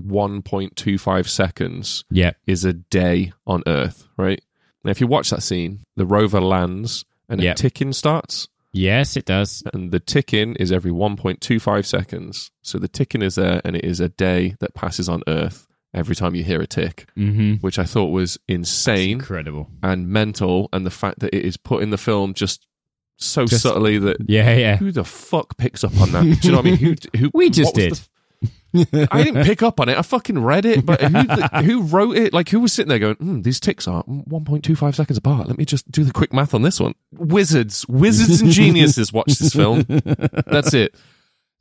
Speaker 2: 1.25 seconds
Speaker 3: Yeah.
Speaker 2: is a day on Earth, right? Now, if you watch that scene, the rover lands and
Speaker 3: Yep.
Speaker 2: a ticking starts.
Speaker 3: Yes, it does.
Speaker 2: and the tick in is every 1.25 seconds. So the tick in is there, and it is a day that passes on Earth every time you hear a tick,
Speaker 3: Mm-hmm.
Speaker 2: which I thought was insane
Speaker 3: Incredible.
Speaker 2: and mental. And the fact that it is put in the film just so
Speaker 3: Just-
Speaker 2: subtly that
Speaker 3: Yeah, yeah.
Speaker 2: who the fuck picks up on that? Do you know what I mean? Who, who
Speaker 3: We
Speaker 2: what
Speaker 3: just
Speaker 2: was
Speaker 3: did.
Speaker 2: the- I didn't pick up on it. I fucking read it, but who, who wrote it? Like, who was sitting there going, Hmm, "These ticks are 1.25 seconds apart. Let me just do the quick math on this one." Wizards, wizards, and geniuses watch this film. That's it.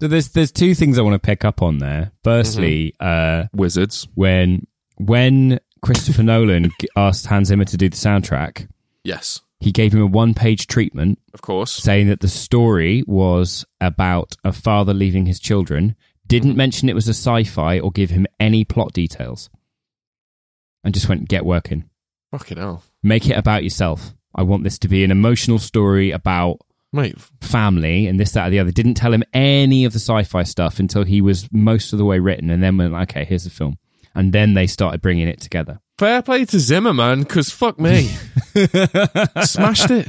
Speaker 3: So there's there's two things I want to pick up on there. Firstly,
Speaker 2: Mm-hmm.
Speaker 3: uh,
Speaker 2: Wizards.
Speaker 3: when when Christopher Nolan g- asked Hans Zimmer to do the soundtrack,
Speaker 2: Yes,
Speaker 3: he gave him a one page treatment
Speaker 2: of course.
Speaker 3: saying that the story was about a father leaving his children. Didn't mention it was a sci-fi or give him any plot details, and just went get working.
Speaker 2: Fucking hell,
Speaker 3: Make it about yourself. I want this to be an emotional story about
Speaker 2: mate.
Speaker 3: family and this, that, or the other. Didn't tell him any of the sci fi stuff until he was most of the way written and then went, okay, here's the film. And then they started bringing it together.
Speaker 2: Fair play to Zimmer, man. Because fuck me, smashed it.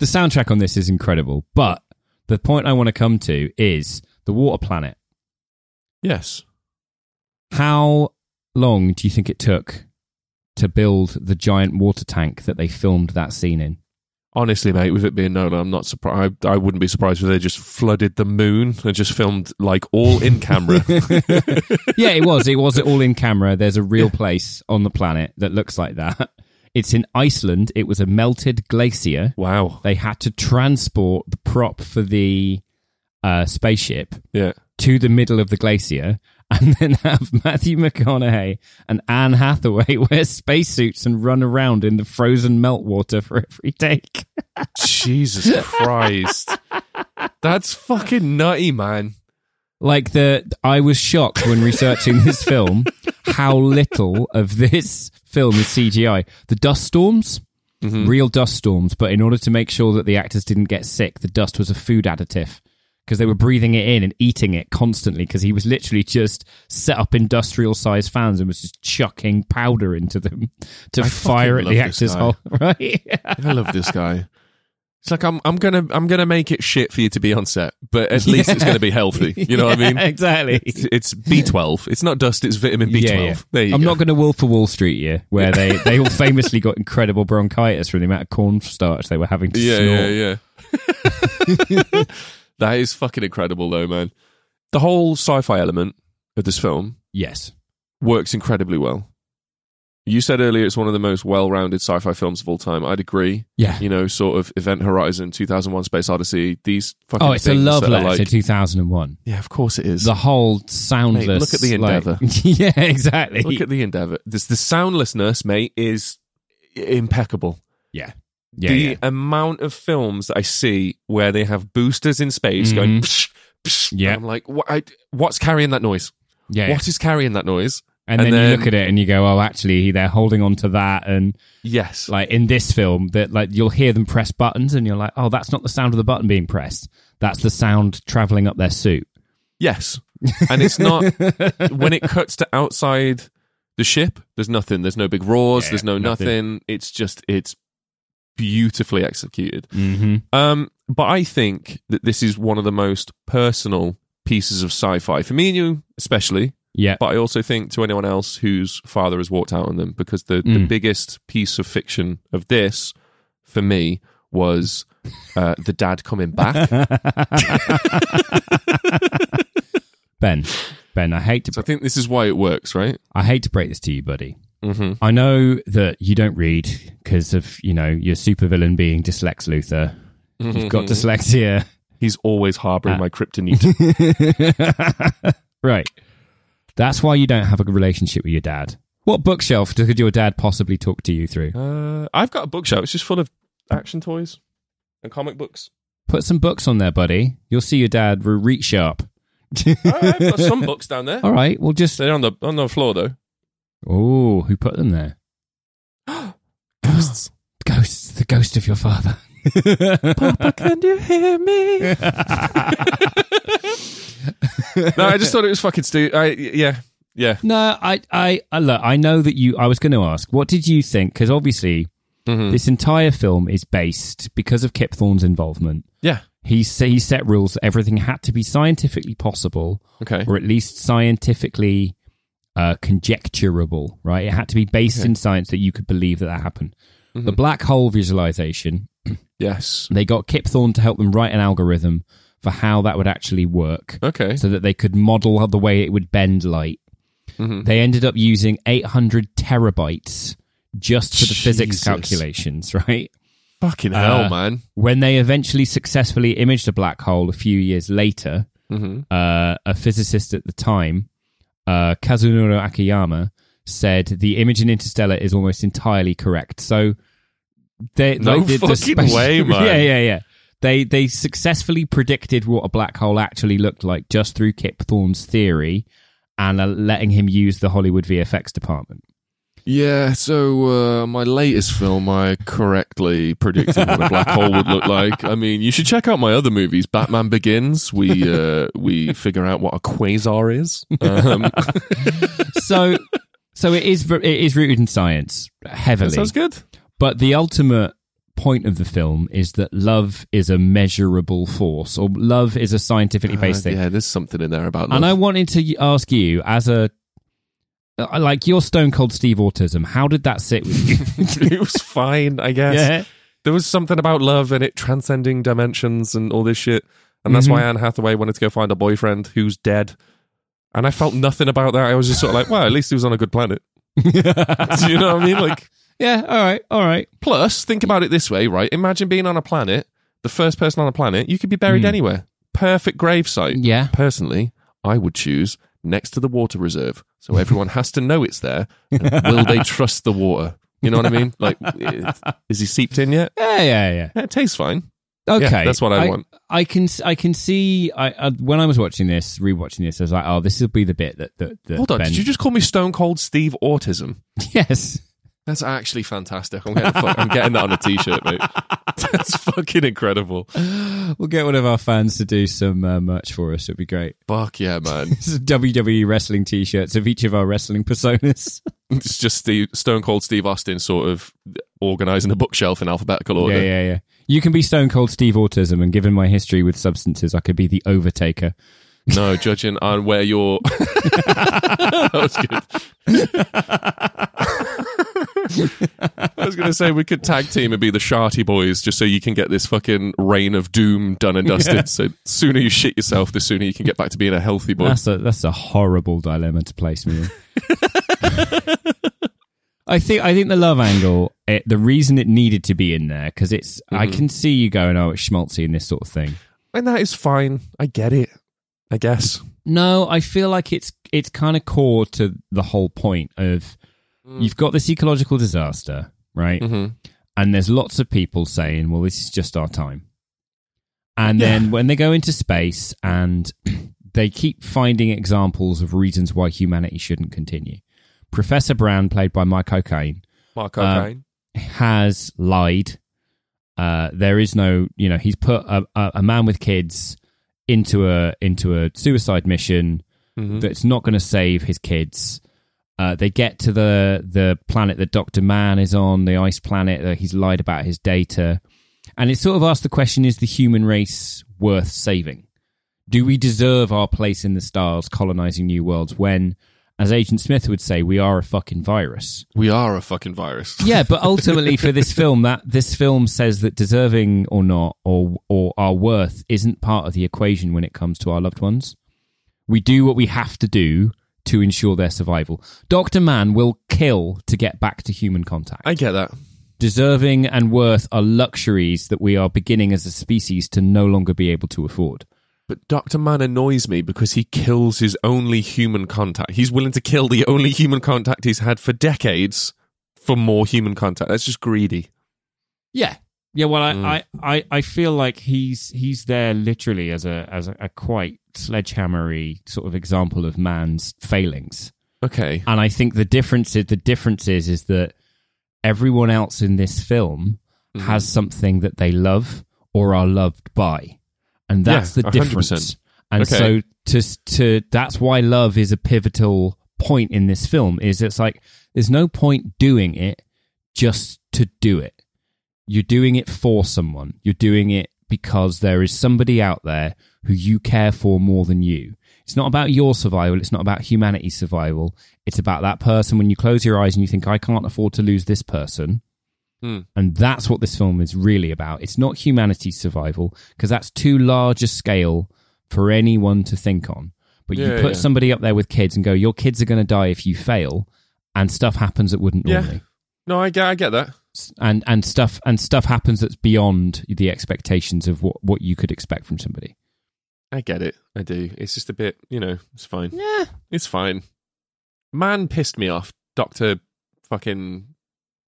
Speaker 3: The soundtrack on this is incredible. But the point I want to come to is the water planet.
Speaker 2: Yes.
Speaker 3: How long do you think it took to build the giant water tank that they filmed that scene in?
Speaker 2: Honestly, mate, with it being Nolan, I'm not surprised. I, I wouldn't be surprised if they just flooded the moon and just filmed like all in camera.
Speaker 3: yeah, it was. It was all in camera. There's a real place on the planet that looks like that. It's in Iceland. It was a melted glacier.
Speaker 2: wow.
Speaker 3: they had to transport the prop for the uh, spaceship
Speaker 2: Yeah.
Speaker 3: to the middle of the glacier and then have Matthew McConaughey and Anne Hathaway wear spacesuits and run around in the frozen meltwater for every take.
Speaker 2: Jesus Christ. That's fucking nutty, man.
Speaker 3: Like the I was shocked when researching this film how little of this film is CGI. The dust storms,
Speaker 2: Mm-hmm.
Speaker 3: real dust storms, but in order to make sure that the actors didn't get sick, the dust was a food additive because they were breathing it in and eating it constantly because he was literally just set up industrial sized fans and was just chucking powder into them to
Speaker 2: I
Speaker 3: fire at
Speaker 2: fucking
Speaker 3: the
Speaker 2: love this
Speaker 3: actors whole, right?
Speaker 2: I love this guy. It's like I'm I'm gonna I'm gonna make it shit for you to be on set, but at least it's gonna be healthy. You know what I mean?
Speaker 3: Exactly.
Speaker 2: It's, it's B12. It's not dust. It's vitamin B12.
Speaker 3: Yeah, yeah.
Speaker 2: There you
Speaker 3: I'm
Speaker 2: go.
Speaker 3: not going to Wolf for Wall Street you, where they, they all famously got incredible bronchitis from the amount of cornstarch they were having to
Speaker 2: yeah, yeah,
Speaker 3: snort.
Speaker 2: yeah. that is fucking incredible, though, man. The whole sci-fi element of this film
Speaker 3: Yes.
Speaker 2: works incredibly well. You said earlier it's one of the most well-rounded sci-fi films of all time. I'd agree.
Speaker 3: Yeah.
Speaker 2: You know, sort of Event Horizon, 2001: Space Odyssey. These fucking
Speaker 3: Oh, it's a
Speaker 2: things
Speaker 3: love
Speaker 2: that are
Speaker 3: letter
Speaker 2: like-
Speaker 3: to 2001.
Speaker 2: yeah, of course it is.
Speaker 3: The whole soundless.
Speaker 2: Mate, look at the
Speaker 3: like-
Speaker 2: Endeavour.
Speaker 3: yeah, exactly.
Speaker 2: Look at the Endeavor. This the soundlessness, mate, is impeccable.
Speaker 3: yeah. Yeah,
Speaker 2: the
Speaker 3: yeah.
Speaker 2: amount of films that I see where they have boosters in space
Speaker 3: Mhm.
Speaker 2: going, psh, psh, and
Speaker 3: Yeah.
Speaker 2: I'm like, what, I, what's carrying that noise?
Speaker 3: yeah. yeah.
Speaker 2: What is carrying that noise?
Speaker 3: And,
Speaker 2: and
Speaker 3: then, you
Speaker 2: then-
Speaker 3: look at it and you go, oh, actually, they're holding on to that. And
Speaker 2: Yes.
Speaker 3: like in this film, that like you'll hear them press buttons and you're like, oh, that's not the sound of the button being pressed. That's the sound traveling up their suit. Mm-hmm.
Speaker 2: yes. And it's not, when it cuts to outside the ship, there's nothing. There's no big roars.
Speaker 3: Yeah,
Speaker 2: there's no
Speaker 3: nothing.
Speaker 2: nothing. It's just, it's beautifully executed.
Speaker 3: Mm-hmm.
Speaker 2: Um, but I think that this is one of the most personal pieces of sci fi. For me and you, especially,
Speaker 3: Yeah.
Speaker 2: but I also think to anyone else whose father has walked out on them, because the, the
Speaker 3: Mm.
Speaker 2: biggest piece of fiction of this for me was uh, the dad coming back.
Speaker 3: ben, Ben, I hate to
Speaker 2: so I think this is why it works, right?
Speaker 3: I hate to break this to you, buddy.
Speaker 2: Mm-hmm.
Speaker 3: I know that you don't read because of you know your supervillain being Dyslex Luther. You've got dyslexia,
Speaker 2: He's always harboring my kryptonite.
Speaker 3: right? That's why you don't have a good relationship with your dad. What bookshelf could your dad possibly talk to you through?
Speaker 2: uh, I've got a bookshelf. It's just full of action toys and comic books.
Speaker 3: Put some books on there, buddy. You'll see your dad will reach up.
Speaker 2: I- I've got some books down there.
Speaker 3: All right, well just
Speaker 2: They're on the on the floor though.
Speaker 3: oh, who put them there?
Speaker 2: Ghosts.
Speaker 3: Ghosts, the ghost of your father.
Speaker 2: Papa, can you hear me? no, I just thought it was fucking stupid. I yeah yeah.
Speaker 3: uh, No, I, I, I look. I know that you. I was going to ask, what did you think? Because obviously,
Speaker 2: Mhm.
Speaker 3: This entire film is based because of Kip Thorne's involvement.
Speaker 2: Yeah.
Speaker 3: He sa- he set rules that everything had to be scientifically possible,
Speaker 2: Okay.
Speaker 3: or at least scientifically uh, conjecturable. Right, it had to be based in science that you could believe that that happened. The black hole visualization.
Speaker 2: Yes.
Speaker 3: They got Kip Thorne to help them write an algorithm for how that would actually work
Speaker 2: Okay.
Speaker 3: so that they could model how the way it would bend light.
Speaker 2: Mhm.
Speaker 3: They ended up using 800 terabytes just for the physics
Speaker 2: Jesus.
Speaker 3: calculations, right?
Speaker 2: Fucking
Speaker 3: Uh,
Speaker 2: hell, man.
Speaker 3: When they eventually successfully imaged a black hole a few years later,
Speaker 2: hmm
Speaker 3: uh, a physicist at the time, uh, Kazunori Akiyama, said the image in Interstellar is almost entirely correct. So they
Speaker 2: No
Speaker 3: like, the- the
Speaker 2: fucking way, man.
Speaker 3: Yeah, yeah, yeah. They they successfully predicted what a black hole actually looked like just through Kip Thorne's theory and uh, letting him use the Hollywood VFX department.
Speaker 2: Yeah, so uh, my latest film, I correctly predicted what a black hole would look like. I mean, you should check out my other movies. Batman Begins. We uh, we figure out what a quasar is. Um,
Speaker 3: So so it is ver- it is rooted in science heavily.
Speaker 2: that sounds good.
Speaker 3: But the ultimate point of the film is that love is a measurable force, or love is a scientifically based
Speaker 2: Uh,
Speaker 3: thing.
Speaker 2: yeah, there's something in there about.
Speaker 3: And I
Speaker 2: love.
Speaker 3: wanted to y- ask you, as a uh, like your Stone Cold Steve autism, how did that sit with you?
Speaker 2: it was fine, I guess. There was something about love and it transcending dimensions and all this shit. And that's why Anne Hathaway wanted to go find a boyfriend who's dead. And I felt nothing about that. I was just sort of like, well, at least he was on a good planet. Do you know what I mean? Like,
Speaker 3: yeah. All right. All right.
Speaker 2: Plus, think about it this way, right? Imagine being on a planet, the first person on a planet, you could be buried anywhere. Perfect gravesite.
Speaker 3: Hmm. Yeah.
Speaker 2: Personally, I would choose next to the water reserve. So everyone has to know it's there. And will they trust the water? You know what I mean? Like, i- is he seeped in yet?
Speaker 3: Yeah. Yeah. Yeah.
Speaker 2: Yeah, it tastes fine.
Speaker 3: Okay,
Speaker 2: that's what I want.
Speaker 3: I can, s- I can see. I, I when I was watching this, rewatching this, I was like, "Oh, this will be the bit that." that, that
Speaker 2: Hold on,
Speaker 3: Ben-
Speaker 2: did you just call me Stone Cold Steve Autism?
Speaker 3: yes.
Speaker 2: That's actually fantastic. I'm getting, fu- I'm getting that on a t-shirt, mate. That's fucking incredible.
Speaker 3: We'll get one of our fans to do some uh, merch for us. It'd be great.
Speaker 2: Fuck yeah, man.
Speaker 3: This is WWE E wrestling T-shirts of each of our wrestling personas.
Speaker 2: It's just Steve, Stone Cold Steve Austin sort of organizing a bookshelf in alphabetical order.
Speaker 3: yeah, yeah, yeah. You can be Stone Cold Steve Autism, and given my history with substances, I could be the Overtaker.
Speaker 2: No, judging on where you're. that was good. I was going to say we could tag team and be the Sharty Boys just so you can get this fucking reign of doom done and dusted. So sooner you shit yourself, the sooner you can get back to being a healthy boy.
Speaker 3: That's a that's a horrible dilemma to place me in. I think I think the love angle, it, the reason it needed to be in there, because it's I can see you going, oh, it's schmaltzy and this sort of thing.
Speaker 2: and that is fine. I get it. I guess.
Speaker 3: No, I feel like it's it's kind of core to the whole point of you've got this ecological disaster, right?
Speaker 2: Mhm.
Speaker 3: And there's lots of people saying, "Well, this is just our time." And then when they go into space and they keep finding examples of reasons why humanity shouldn't continue. Professor Brown, played by Mike O'Kane,
Speaker 2: Mark
Speaker 3: Uh,
Speaker 2: O'Brien.
Speaker 3: has lied. Uh, there is no, you know, he's put a, a, a man with kids into a into a suicide mission
Speaker 2: Mhm.
Speaker 3: that's not going to save his kids. Uh, they get to the the planet that Doctor Man is on, the ice planet. That he's lied about his data, and it sort of asks the question: Is the human race worth saving? Do we deserve our place in the stars, colonizing new worlds? When, as Agent Smith would say, we are a fucking virus.
Speaker 2: we are a fucking virus.
Speaker 3: Yeah, but ultimately for this film, that this film says that deserving or not, or or our worth isn't part of the equation when it comes to our loved ones. We do what we have to do to ensure their survival. Doctor Man will kill to get back to human contact.
Speaker 2: I get that.
Speaker 3: deserving and worth are luxuries that we are beginning as a species to no longer be able to afford.
Speaker 2: But Dr. Man annoys me because he kills his only human contact. He's willing to kill the only human contact he's had for decades for more human contact. That's just greedy.
Speaker 3: Yeah. Yeah, well, I,
Speaker 2: Mm.
Speaker 3: I, I, I feel like he's he's there literally as a as a, a quite sledgehammery sort of example of man's failings,
Speaker 2: Okay.
Speaker 3: and I think the difference is the difference is is that everyone else in this film
Speaker 2: Mm-hmm.
Speaker 3: has something that they love or are loved by, and that's
Speaker 2: Yeah,
Speaker 3: the
Speaker 2: 100%.
Speaker 3: difference. And
Speaker 2: Okay.
Speaker 3: so to to that's why love is a pivotal point in this film. Is it's like there's no point doing it, just to do it. You're doing it for someone. You're doing it because there is somebody out there who you care for more than you. It's not about your survival. It's not about humanity's survival. It's about that person when you close your eyes and you think, I can't afford to lose this person.
Speaker 2: Hmm.
Speaker 3: And that's what this film is really about. It's not humanity's survival because that's too large a scale for anyone to think on. But you
Speaker 2: Yeah,
Speaker 3: put
Speaker 2: yeah.
Speaker 3: somebody up there with kids and go, your kids are going to die if you fail, and stuff happens that wouldn't
Speaker 2: Yeah.
Speaker 3: normally
Speaker 2: No, I get, I get that.
Speaker 3: and and stuff and stuff happens that's beyond the expectations of what what you could expect from somebody.
Speaker 2: I get it. I do. It's just a bit, you know, it's fine. Yeah. It's fine. Man pissed me off. Dr. fucking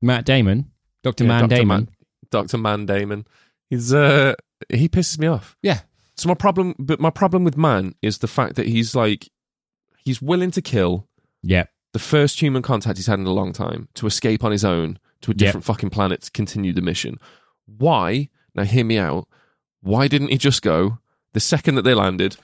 Speaker 3: Matt Damon, Doctor
Speaker 2: Yeah,
Speaker 3: Man
Speaker 2: Dr.
Speaker 3: Damon.
Speaker 2: Man- Dr. Man Damon. He's uh he pisses me off.
Speaker 3: Yeah.
Speaker 2: So my problem but my problem with man is the fact that he's like he's willing to kill
Speaker 3: Yeah,
Speaker 2: the first human contact he's had in a long time to escape on his own to a
Speaker 3: Yeah.
Speaker 2: different fucking planet to continue the mission. Why? Now hear me out. Why didn't he just go the second that they landed?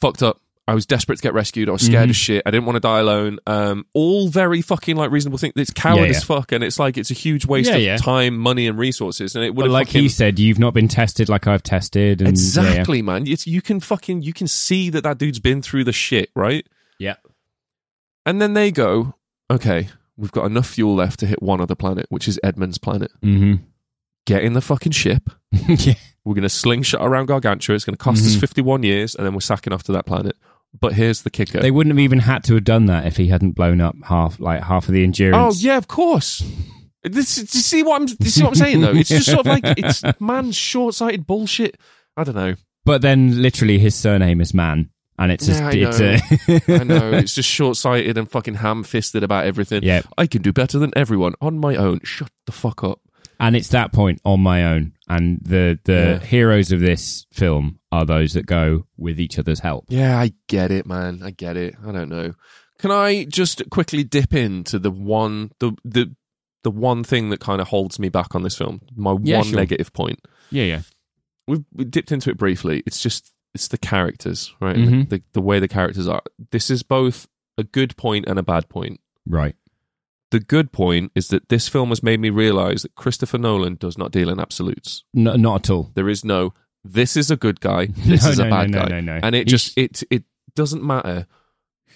Speaker 2: Fucked up. I was desperate to get rescued. I was
Speaker 3: Mm-hmm.
Speaker 2: scared as shit. I didn't want to die alone. Um, all very fucking like reasonable things. It's coward
Speaker 3: Yeah,
Speaker 2: as
Speaker 3: yeah.
Speaker 2: fuck, and it's like it's a huge waste
Speaker 3: Yeah,
Speaker 2: of
Speaker 3: yeah.
Speaker 2: time, money, and resources. And it would
Speaker 3: but
Speaker 2: have
Speaker 3: like
Speaker 2: fucking,
Speaker 3: he said, you've not been tested like I've tested. And,
Speaker 2: exactly, man. It's, you can fucking you can see that that dude's been through the shit, right?
Speaker 3: Yeah, yeah.
Speaker 2: And then they go, okay, we've got enough fuel left to hit one other planet, which is Edmund's planet.
Speaker 3: Mm-hmm.
Speaker 2: Get in the fucking ship.
Speaker 3: yeah.
Speaker 2: We're going to slingshot around Gargantua. It's going to cost
Speaker 3: Mm-hmm.
Speaker 2: us 51 years, and then we're sacking off to that planet. But here's the kicker.
Speaker 3: They wouldn't have even had to have done that if he hadn't blown up half like half of the
Speaker 2: oh,
Speaker 3: endurance.
Speaker 2: yeah, of course. This, do you see what I'm? Do you see what I'm saying though? It's just sort of like it's man short-sighted bullshit. I don't know.
Speaker 3: But then literally his surname is Man, and it's
Speaker 2: Yeah, I
Speaker 3: a, it's uh, a
Speaker 2: I know it's just short-sighted and fucking ham-fisted about everything.
Speaker 3: Yeah.
Speaker 2: I can do better than everyone on my own. Shut the fuck up.
Speaker 3: and it's that point on my own. And the the
Speaker 2: Yeah.
Speaker 3: heroes of this film are those that go with each other's help.
Speaker 2: Yeah, I get it, man. I get it. I don't know. Can I just quickly dip into the one the the the one thing that kind of holds me back on this film? My
Speaker 3: Yeah,
Speaker 2: one
Speaker 3: sure.
Speaker 2: negative point.
Speaker 3: Yeah, yeah.
Speaker 2: We've we dipped into it briefly. It's just it's the characters, right? And
Speaker 3: Mhm.
Speaker 2: The, the the way the characters are. This is both a good point and a bad point.
Speaker 3: Right.
Speaker 2: The good point is that this film has made me realize that Christopher Nolan does not deal in absolutes.
Speaker 3: No, not at all.
Speaker 2: There is no this is a good guy, this
Speaker 3: No,
Speaker 2: is a
Speaker 3: no,
Speaker 2: bad
Speaker 3: no, no,
Speaker 2: guy.
Speaker 3: no, no.
Speaker 2: And it
Speaker 3: He's-
Speaker 2: just it it doesn't matter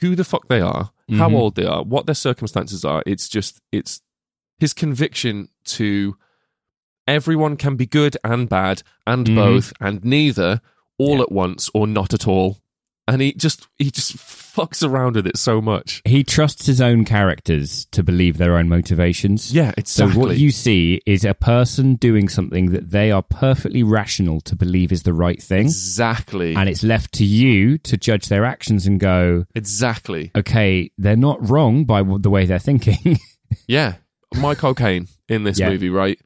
Speaker 2: who the fuck they are, how
Speaker 3: Mhm.
Speaker 2: old they are, what their circumstances are. It's just it's his conviction to everyone can be good and bad and
Speaker 3: Mhm.
Speaker 2: both and neither all
Speaker 3: Yeah.
Speaker 2: at once or not at all. And he just he just fucks around with it so much.
Speaker 3: He trusts his own characters to believe their own motivations.
Speaker 2: Yeah,
Speaker 3: So
Speaker 2: exactly.
Speaker 3: what you see is a person doing something that they are perfectly rational to believe is the right thing,
Speaker 2: exactly.
Speaker 3: and it's left to you to judge their actions and go,
Speaker 2: exactly.
Speaker 3: okay, they're not wrong by w- the way they're thinking.
Speaker 2: Yeah. Michael Caine in this
Speaker 3: Yeah.
Speaker 2: movie, right?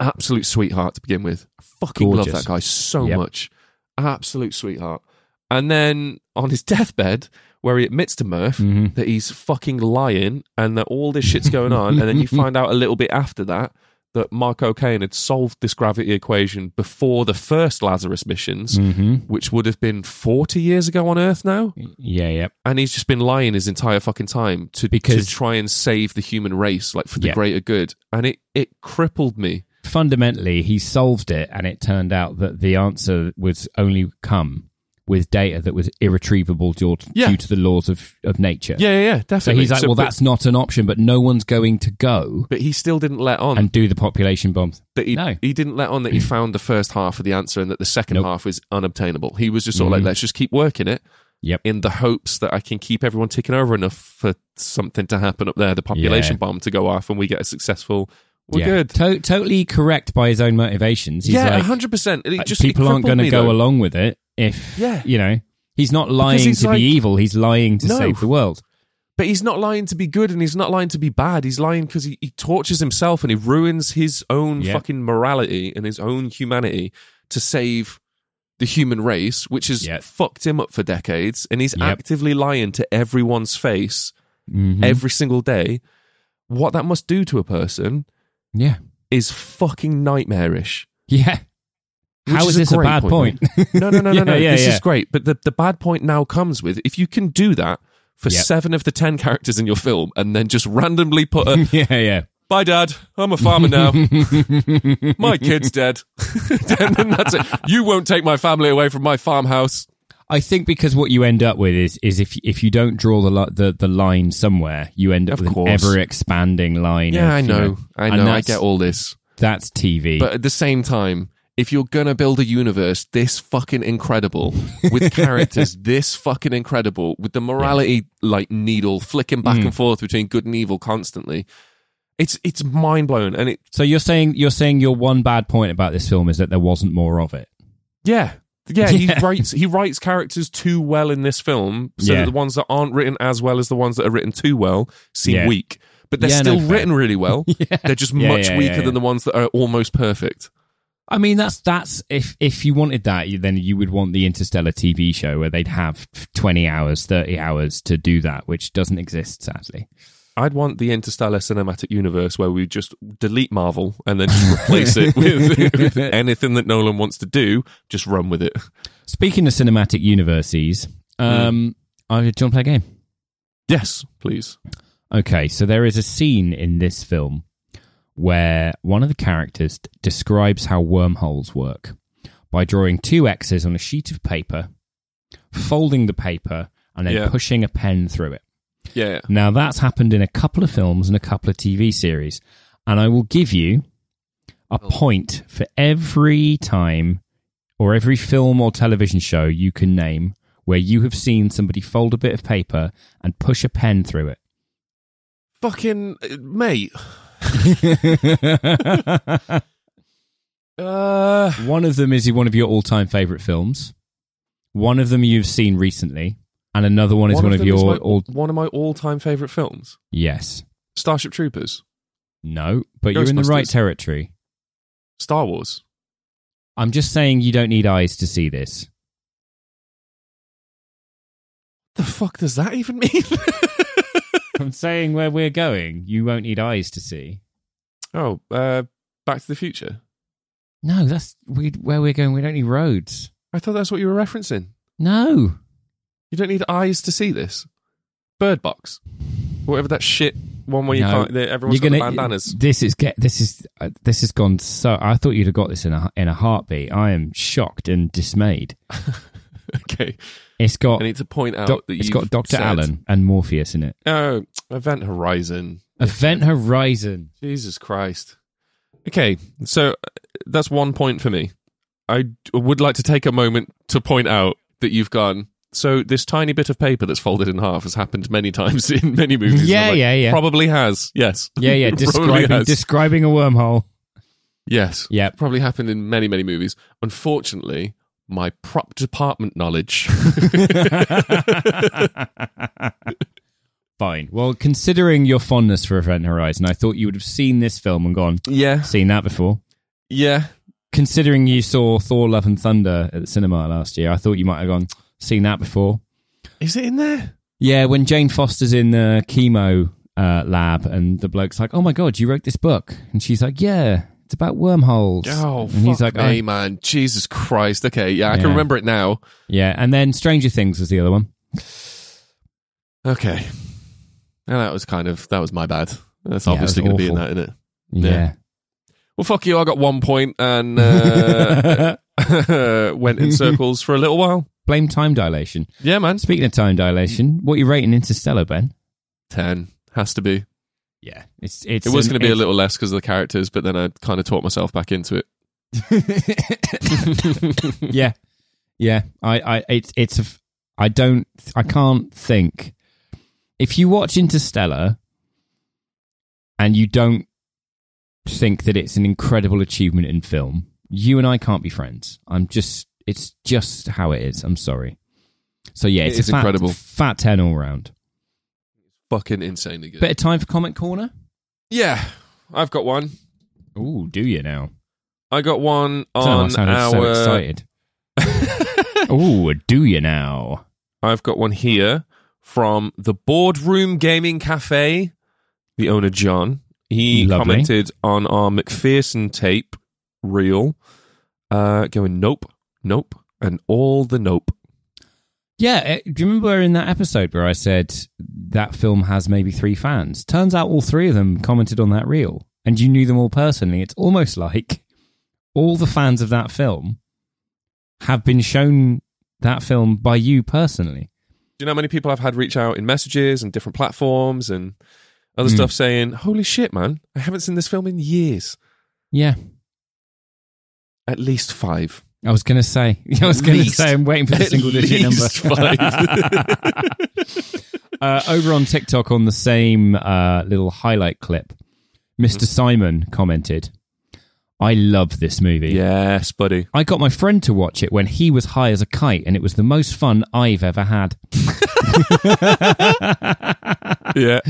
Speaker 2: Absolute sweetheart to begin with. I Fucking
Speaker 3: Gorgeous.
Speaker 2: love that guy so
Speaker 3: Yep.
Speaker 2: much. Absolute sweetheart. And then on his deathbed, where he admits to Murph
Speaker 3: Mhm.
Speaker 2: that he's fucking lying and that all this shit's going on. and then you find out a little bit after that that Marco Caine had solved this gravity equation before the first Lazarus missions,
Speaker 3: mm-hmm.
Speaker 2: which would have been 40 years ago on Earth now
Speaker 3: Yeah, yeah.
Speaker 2: and he's just been lying his entire fucking time to
Speaker 3: Because-
Speaker 2: to try and save the human race, like for the
Speaker 3: Yeah.
Speaker 2: greater good. And it it crippled me.
Speaker 3: fundamentally he solved it and it turned out that the answer was only come with data that was irretrievable due to,
Speaker 2: Yeah.
Speaker 3: due to the laws of, of nature.
Speaker 2: Yeah, yeah, yeah, definitely.
Speaker 3: So he's like, well,
Speaker 2: but,
Speaker 3: that's not an option, but no one's going to go
Speaker 2: But he still didn't let on
Speaker 3: and do the population bomb.
Speaker 2: that he
Speaker 3: no. Mm.
Speaker 2: he didn't let on that he found the first half of the answer and that the second
Speaker 3: Nope. Mm.
Speaker 2: half is unobtainable. He was just sort of like, let's just keep working it.
Speaker 3: Yep.
Speaker 2: In the hopes that I can keep everyone ticking over enough for something to happen up there, the population
Speaker 3: Yeah.
Speaker 2: bomb to go off, and we get a successful. We're
Speaker 3: Yeah.
Speaker 2: good.
Speaker 3: To- totally correct by his own motivations. He's
Speaker 2: yeah,
Speaker 3: like,
Speaker 2: hundred percent.
Speaker 3: like,
Speaker 2: Just it
Speaker 3: people aren't
Speaker 2: crippled
Speaker 3: going to
Speaker 2: me,
Speaker 3: go
Speaker 2: though.
Speaker 3: along with it if,
Speaker 2: Yeah.
Speaker 3: you know, he's not lying
Speaker 2: he's
Speaker 3: to
Speaker 2: like-
Speaker 3: be evil. He's lying to
Speaker 2: No.
Speaker 3: save the world.
Speaker 2: But he's not lying to be good and he's not lying to be bad. He's lying because he, he tortures himself and he ruins his own
Speaker 3: Yeah.
Speaker 2: fucking morality and his own humanity to save the human race, which has
Speaker 3: Yeah.
Speaker 2: fucked him up for decades. And he's
Speaker 3: Yep.
Speaker 2: actively lying to everyone's face
Speaker 3: Mhm.
Speaker 2: every single day. What that must do to a person
Speaker 3: yeah.
Speaker 2: is fucking nightmarish.
Speaker 3: Yeah.
Speaker 2: Which
Speaker 3: How is,
Speaker 2: a
Speaker 3: this a
Speaker 2: great
Speaker 3: bad point?
Speaker 2: No, no, no, no,
Speaker 3: Yeah,
Speaker 2: no.
Speaker 3: yeah,
Speaker 2: this
Speaker 3: yeah.
Speaker 2: is great. But the, the bad point now comes with if you can do that for
Speaker 3: Yep.
Speaker 2: seven of the ten characters in your film and then just randomly put a
Speaker 3: yeah, yeah.
Speaker 2: Bye, Dad. I'm a farmer now. my kid's dead. and then that's it. You won't take my family away from my farmhouse.
Speaker 3: I think because what you end up with is is if if you don't draw the li- the, the line somewhere, you end up
Speaker 2: Of
Speaker 3: with
Speaker 2: course.
Speaker 3: an ever expanding line.
Speaker 2: Yeah,
Speaker 3: of,
Speaker 2: I
Speaker 3: you
Speaker 2: know. I
Speaker 3: and
Speaker 2: know. I
Speaker 3: that's-
Speaker 2: get all this.
Speaker 3: That's TV.
Speaker 2: But at the same time, if you're going to build a universe this fucking incredible with characters this fucking incredible with the morality like needle flicking back
Speaker 3: Mm.
Speaker 2: and forth between good and evil constantly, it's it's mind blowing and it
Speaker 3: so you're saying you're saying your one bad point about this film is that there wasn't more of it.
Speaker 2: Yeah. Yeah, he
Speaker 3: Yeah.
Speaker 2: writes he writes characters too well in this film, so
Speaker 3: Yeah.
Speaker 2: that the ones that aren't written as well as the ones that are written too well seem
Speaker 3: Yeah.
Speaker 2: weak. But they're
Speaker 3: Yeah, no,
Speaker 2: still
Speaker 3: fair.
Speaker 2: written really well. They're just
Speaker 3: Yeah,
Speaker 2: much
Speaker 3: yeah, yeah,
Speaker 2: weaker
Speaker 3: yeah.
Speaker 2: than the ones that are almost perfect.
Speaker 3: I mean, that's that's if if you wanted that, you, then you would want the Interstellar TV show where they'd have twenty hours, thirty hours to do that, which doesn't exist, sadly.
Speaker 2: I'd want the interstellar cinematic universe where we just delete Marvel and then just replace it with, with anything that Nolan wants to do, just run with it.
Speaker 3: Speaking of cinematic universes,
Speaker 2: Hmm.
Speaker 3: um, I, do you want to play a game?
Speaker 2: Yes, please.
Speaker 3: Okay, so there is a scene in this film where one of the characters d- describes how wormholes work by drawing two X's on a sheet of paper, folding the paper, and then
Speaker 2: Yeah.
Speaker 3: pushing a pen through it.
Speaker 2: Yeah.
Speaker 3: Now, that's happened in a couple of films and a couple of TV series. And I will give you a point for every time or every film or television show you can name where you have seen somebody fold a bit of paper and push a pen through it.
Speaker 2: Fucking uh, mate. Uh
Speaker 3: one of them is one of your all-time favorite films. One of them you've seen recently, and another one is one, of,
Speaker 2: them
Speaker 3: your
Speaker 2: is my-
Speaker 3: all.
Speaker 2: one of my all time favourite films.
Speaker 3: Yes,
Speaker 2: Starship Troopers.
Speaker 3: no, but you're in the right
Speaker 2: Ghostbusters.
Speaker 3: territory.
Speaker 2: Star Wars.
Speaker 3: I'm just saying you don't need eyes to see this.
Speaker 2: The fuck does that even mean?
Speaker 3: I'm saying where we're going, you won't need eyes to see.
Speaker 2: oh, uh, Back to the Future.
Speaker 3: No, that's we, where we're going. We don't need roads.
Speaker 2: I thought that's what you were referencing.
Speaker 3: No,
Speaker 2: You don't need eyes to see this. Bird Box. Whatever that shit one where you
Speaker 3: No.
Speaker 2: can't. that Everyone's
Speaker 3: You're
Speaker 2: got
Speaker 3: gonna-
Speaker 2: the bandanas.
Speaker 3: This is get. This is uh, this has gone so. I thought you'd have got this in a in a heartbeat. I am shocked and dismayed.
Speaker 2: Okay.
Speaker 3: It's got.
Speaker 2: I need to point out
Speaker 3: Doc-
Speaker 2: Oh, that
Speaker 3: it's
Speaker 2: you've
Speaker 3: got Doctor
Speaker 2: said-
Speaker 3: Allen and Morpheus in it.
Speaker 2: Oh, Event Horizon.
Speaker 3: Event Horizon.
Speaker 2: Jesus Christ. Okay, so uh, that's one point for me. I d- would like to take a moment to point out that you've gone. So this tiny bit of paper that's folded in half has happened many times in many movies. And
Speaker 3: Yeah,
Speaker 2: I'm
Speaker 3: yeah, yeah.
Speaker 2: Probably has. Yes.
Speaker 3: Yeah, yeah.
Speaker 2: Probably
Speaker 3: Describing
Speaker 2: has.
Speaker 3: describing a wormhole.
Speaker 2: yes.
Speaker 3: Yep.
Speaker 2: Probably happened in many, many movies. Unfortunately, my prop department knowledge.
Speaker 3: Fine. Well, considering your fondness for Event Horizon, I thought you would have seen this film and gone,
Speaker 2: yeah.
Speaker 3: seen that before.
Speaker 2: Yeah.
Speaker 3: Considering you saw Thor: Love and Thunder at the cinema last year, I thought you might have gone, seen that before.
Speaker 2: Is it in there?
Speaker 3: Yeah, when Jane Foster's in the chemo uh, lab and the bloke's like, "Oh my god, you wrote this book," and she's like, "Yeah, it's about wormholes."
Speaker 2: Oh,
Speaker 3: and
Speaker 2: fuck
Speaker 3: he's like,
Speaker 2: me,
Speaker 3: "I-
Speaker 2: man. Jesus Christ. Okay, yeah, I can
Speaker 3: Yeah.
Speaker 2: remember it now.
Speaker 3: "Yeah," and then Stranger Things was the other one.
Speaker 2: Okay. And that was kind of that was my bad. That's
Speaker 3: Yeah,
Speaker 2: obviously going
Speaker 3: it was
Speaker 2: to be in
Speaker 3: awful.
Speaker 2: that, isn't it?
Speaker 3: Yeah,
Speaker 2: Well, fuck you. I got one point and uh, went in circles for a little while.
Speaker 3: blame time dilation.
Speaker 2: Yeah, man.
Speaker 3: Speaking of time dilation, what are you rating Interstellar, Ben?
Speaker 2: Ten has to be.
Speaker 3: Yeah, it's it's
Speaker 2: It was
Speaker 3: an-
Speaker 2: going to be a
Speaker 3: it's-
Speaker 2: little less because of the characters, but then I kind of taught myself back into it.
Speaker 3: yeah, yeah. I I it's it's a f- I don't I can't think if you watch Interstellar and you don't think that it's an incredible achievement in film, you and I can't be friends. I'm just it's just how it is. I'm sorry. So yeah,
Speaker 2: It
Speaker 3: it's
Speaker 2: is
Speaker 3: a fat,
Speaker 2: incredible.
Speaker 3: fat ten all round.
Speaker 2: Fucking insanely good.
Speaker 3: Bit of time for comment corner.
Speaker 2: yeah, I've got one.
Speaker 3: Ooh, do you now?
Speaker 2: I got one
Speaker 3: I don't know, I
Speaker 2: on
Speaker 3: sounded
Speaker 2: our.
Speaker 3: so excited. Ooh, do you now?
Speaker 2: I've got one here from the Boardroom Gaming Cafe, the owner John. He
Speaker 3: Lovely.
Speaker 2: commented on our McPherson tape reel, uh, going, nope, nope, and all the nope.
Speaker 3: Yeah, eh, do you remember in that episode where I said that film has maybe three fans? Turns out all three of them commented on that reel, and you knew them all personally. It's almost like all the fans of that film have been shown that film by you personally.
Speaker 2: Do you know how many people I've had reach out in messages and different platforms and other
Speaker 3: Hmm.
Speaker 2: stuff saying, "Holy shit, man! I haven't seen this film in years."
Speaker 3: Yeah,
Speaker 2: At least five.
Speaker 3: I was going to say. I was going to
Speaker 2: least-
Speaker 3: say I'm waiting for the
Speaker 2: at
Speaker 3: single digit number.
Speaker 2: least five.
Speaker 3: uh, over on TikTok on the same uh, little highlight clip, Mr.
Speaker 2: Mm-hmm.
Speaker 3: Simon commented, I love this movie.
Speaker 2: yes, buddy.
Speaker 3: I got my friend to watch it when he was high as a kite, and it was the most fun I've ever had.
Speaker 2: Yeah,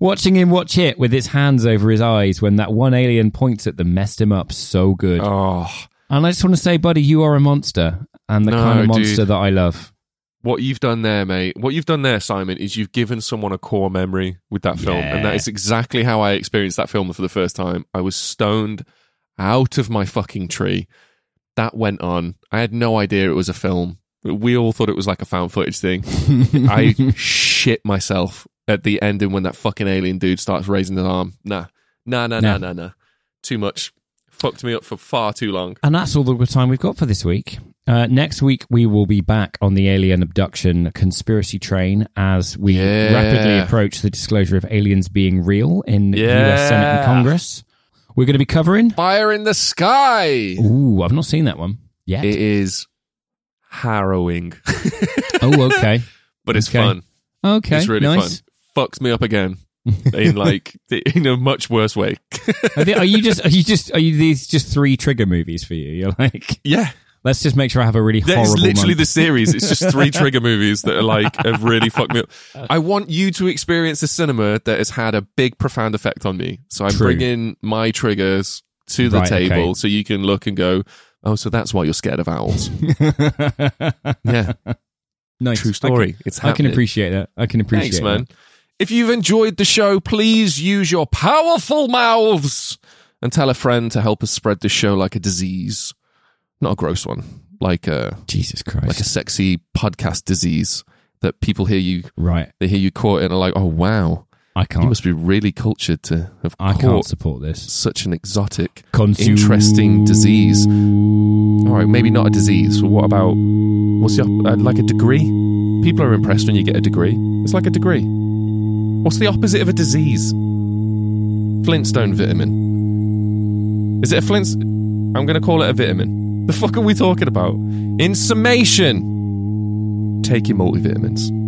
Speaker 3: Watching him watch it with his hands over his eyes when that one alien points at them messed him up so good.
Speaker 2: Oh,
Speaker 3: And I just want to say, buddy, you are a monster, and the
Speaker 2: No,
Speaker 3: kind of monster
Speaker 2: dude.
Speaker 3: that I love.
Speaker 2: what you've done there, mate. What you've done there, Simon, is you've given someone a core memory with that film, and that
Speaker 3: Yeah.
Speaker 2: is exactly how I experienced that film for the first time. I was stoned out of my fucking tree. That went on. I had no idea it was a film. We all thought it was like a found footage thing. I shit myself at the ending when that fucking alien dude starts raising an arm. Nah, nah, nah, nah, nah, nah. Too much. Fucked me up for far too long.
Speaker 3: And that's all the time we've got for this week. Uh, next week, we will be back on the alien abduction conspiracy train as we
Speaker 2: Yeah.
Speaker 3: rapidly approach the disclosure of aliens being real in the US Senate
Speaker 2: Yeah.
Speaker 3: and Congress. We're going to be covering.
Speaker 2: Fire in the sky.
Speaker 3: Ooh, I've not seen that one yet.
Speaker 2: It is harrowing,
Speaker 3: oh, okay.
Speaker 2: but it's
Speaker 3: Okay.
Speaker 2: fun.
Speaker 3: Okay.
Speaker 2: it's really
Speaker 3: nice.
Speaker 2: fun. Fucks me up again in like in a much worse way.
Speaker 3: Are, they- are you just, are you just, are you these just three trigger movies for you? You're like,
Speaker 2: yeah,
Speaker 3: let's just make sure I have a really
Speaker 2: that is
Speaker 3: horrible
Speaker 2: literally
Speaker 3: month.
Speaker 2: the series. It's just three trigger movies that are like have really fucked me up. I want you to experience the cinema that has had a big, profound effect on me. So I'm
Speaker 3: True.
Speaker 2: bringing my triggers to the
Speaker 3: Right, okay.
Speaker 2: table so you can look and go. Oh, so that's why you're scared of owls. Yeah,
Speaker 3: nice.
Speaker 2: true story. It's
Speaker 3: I can, I can
Speaker 2: happening.
Speaker 3: appreciate that. I can appreciate
Speaker 2: Thanks,
Speaker 3: that.
Speaker 2: man. If you've enjoyed the show, please use your powerful mouths and tell a friend to help us spread the show like a disease. Not a gross one, like a
Speaker 3: Jesus Christ.
Speaker 2: like a sexy podcast disease that people hear you
Speaker 3: right.
Speaker 2: they hear you caught it and are like, oh wow,
Speaker 3: I can't.
Speaker 2: you must be really cultured to have
Speaker 3: I can't
Speaker 2: caught
Speaker 3: support this.
Speaker 2: such an exotic, interesting disease. All right, maybe not a disease. Well, what about what's the op- uh, like a degree? People are impressed when you get a degree. It's like a degree. What's the opposite of a disease? Flintstone vitamin. Is it a flint? I'm going to call it a vitamin. The fuck are we talking about? In summation, take your multivitamins.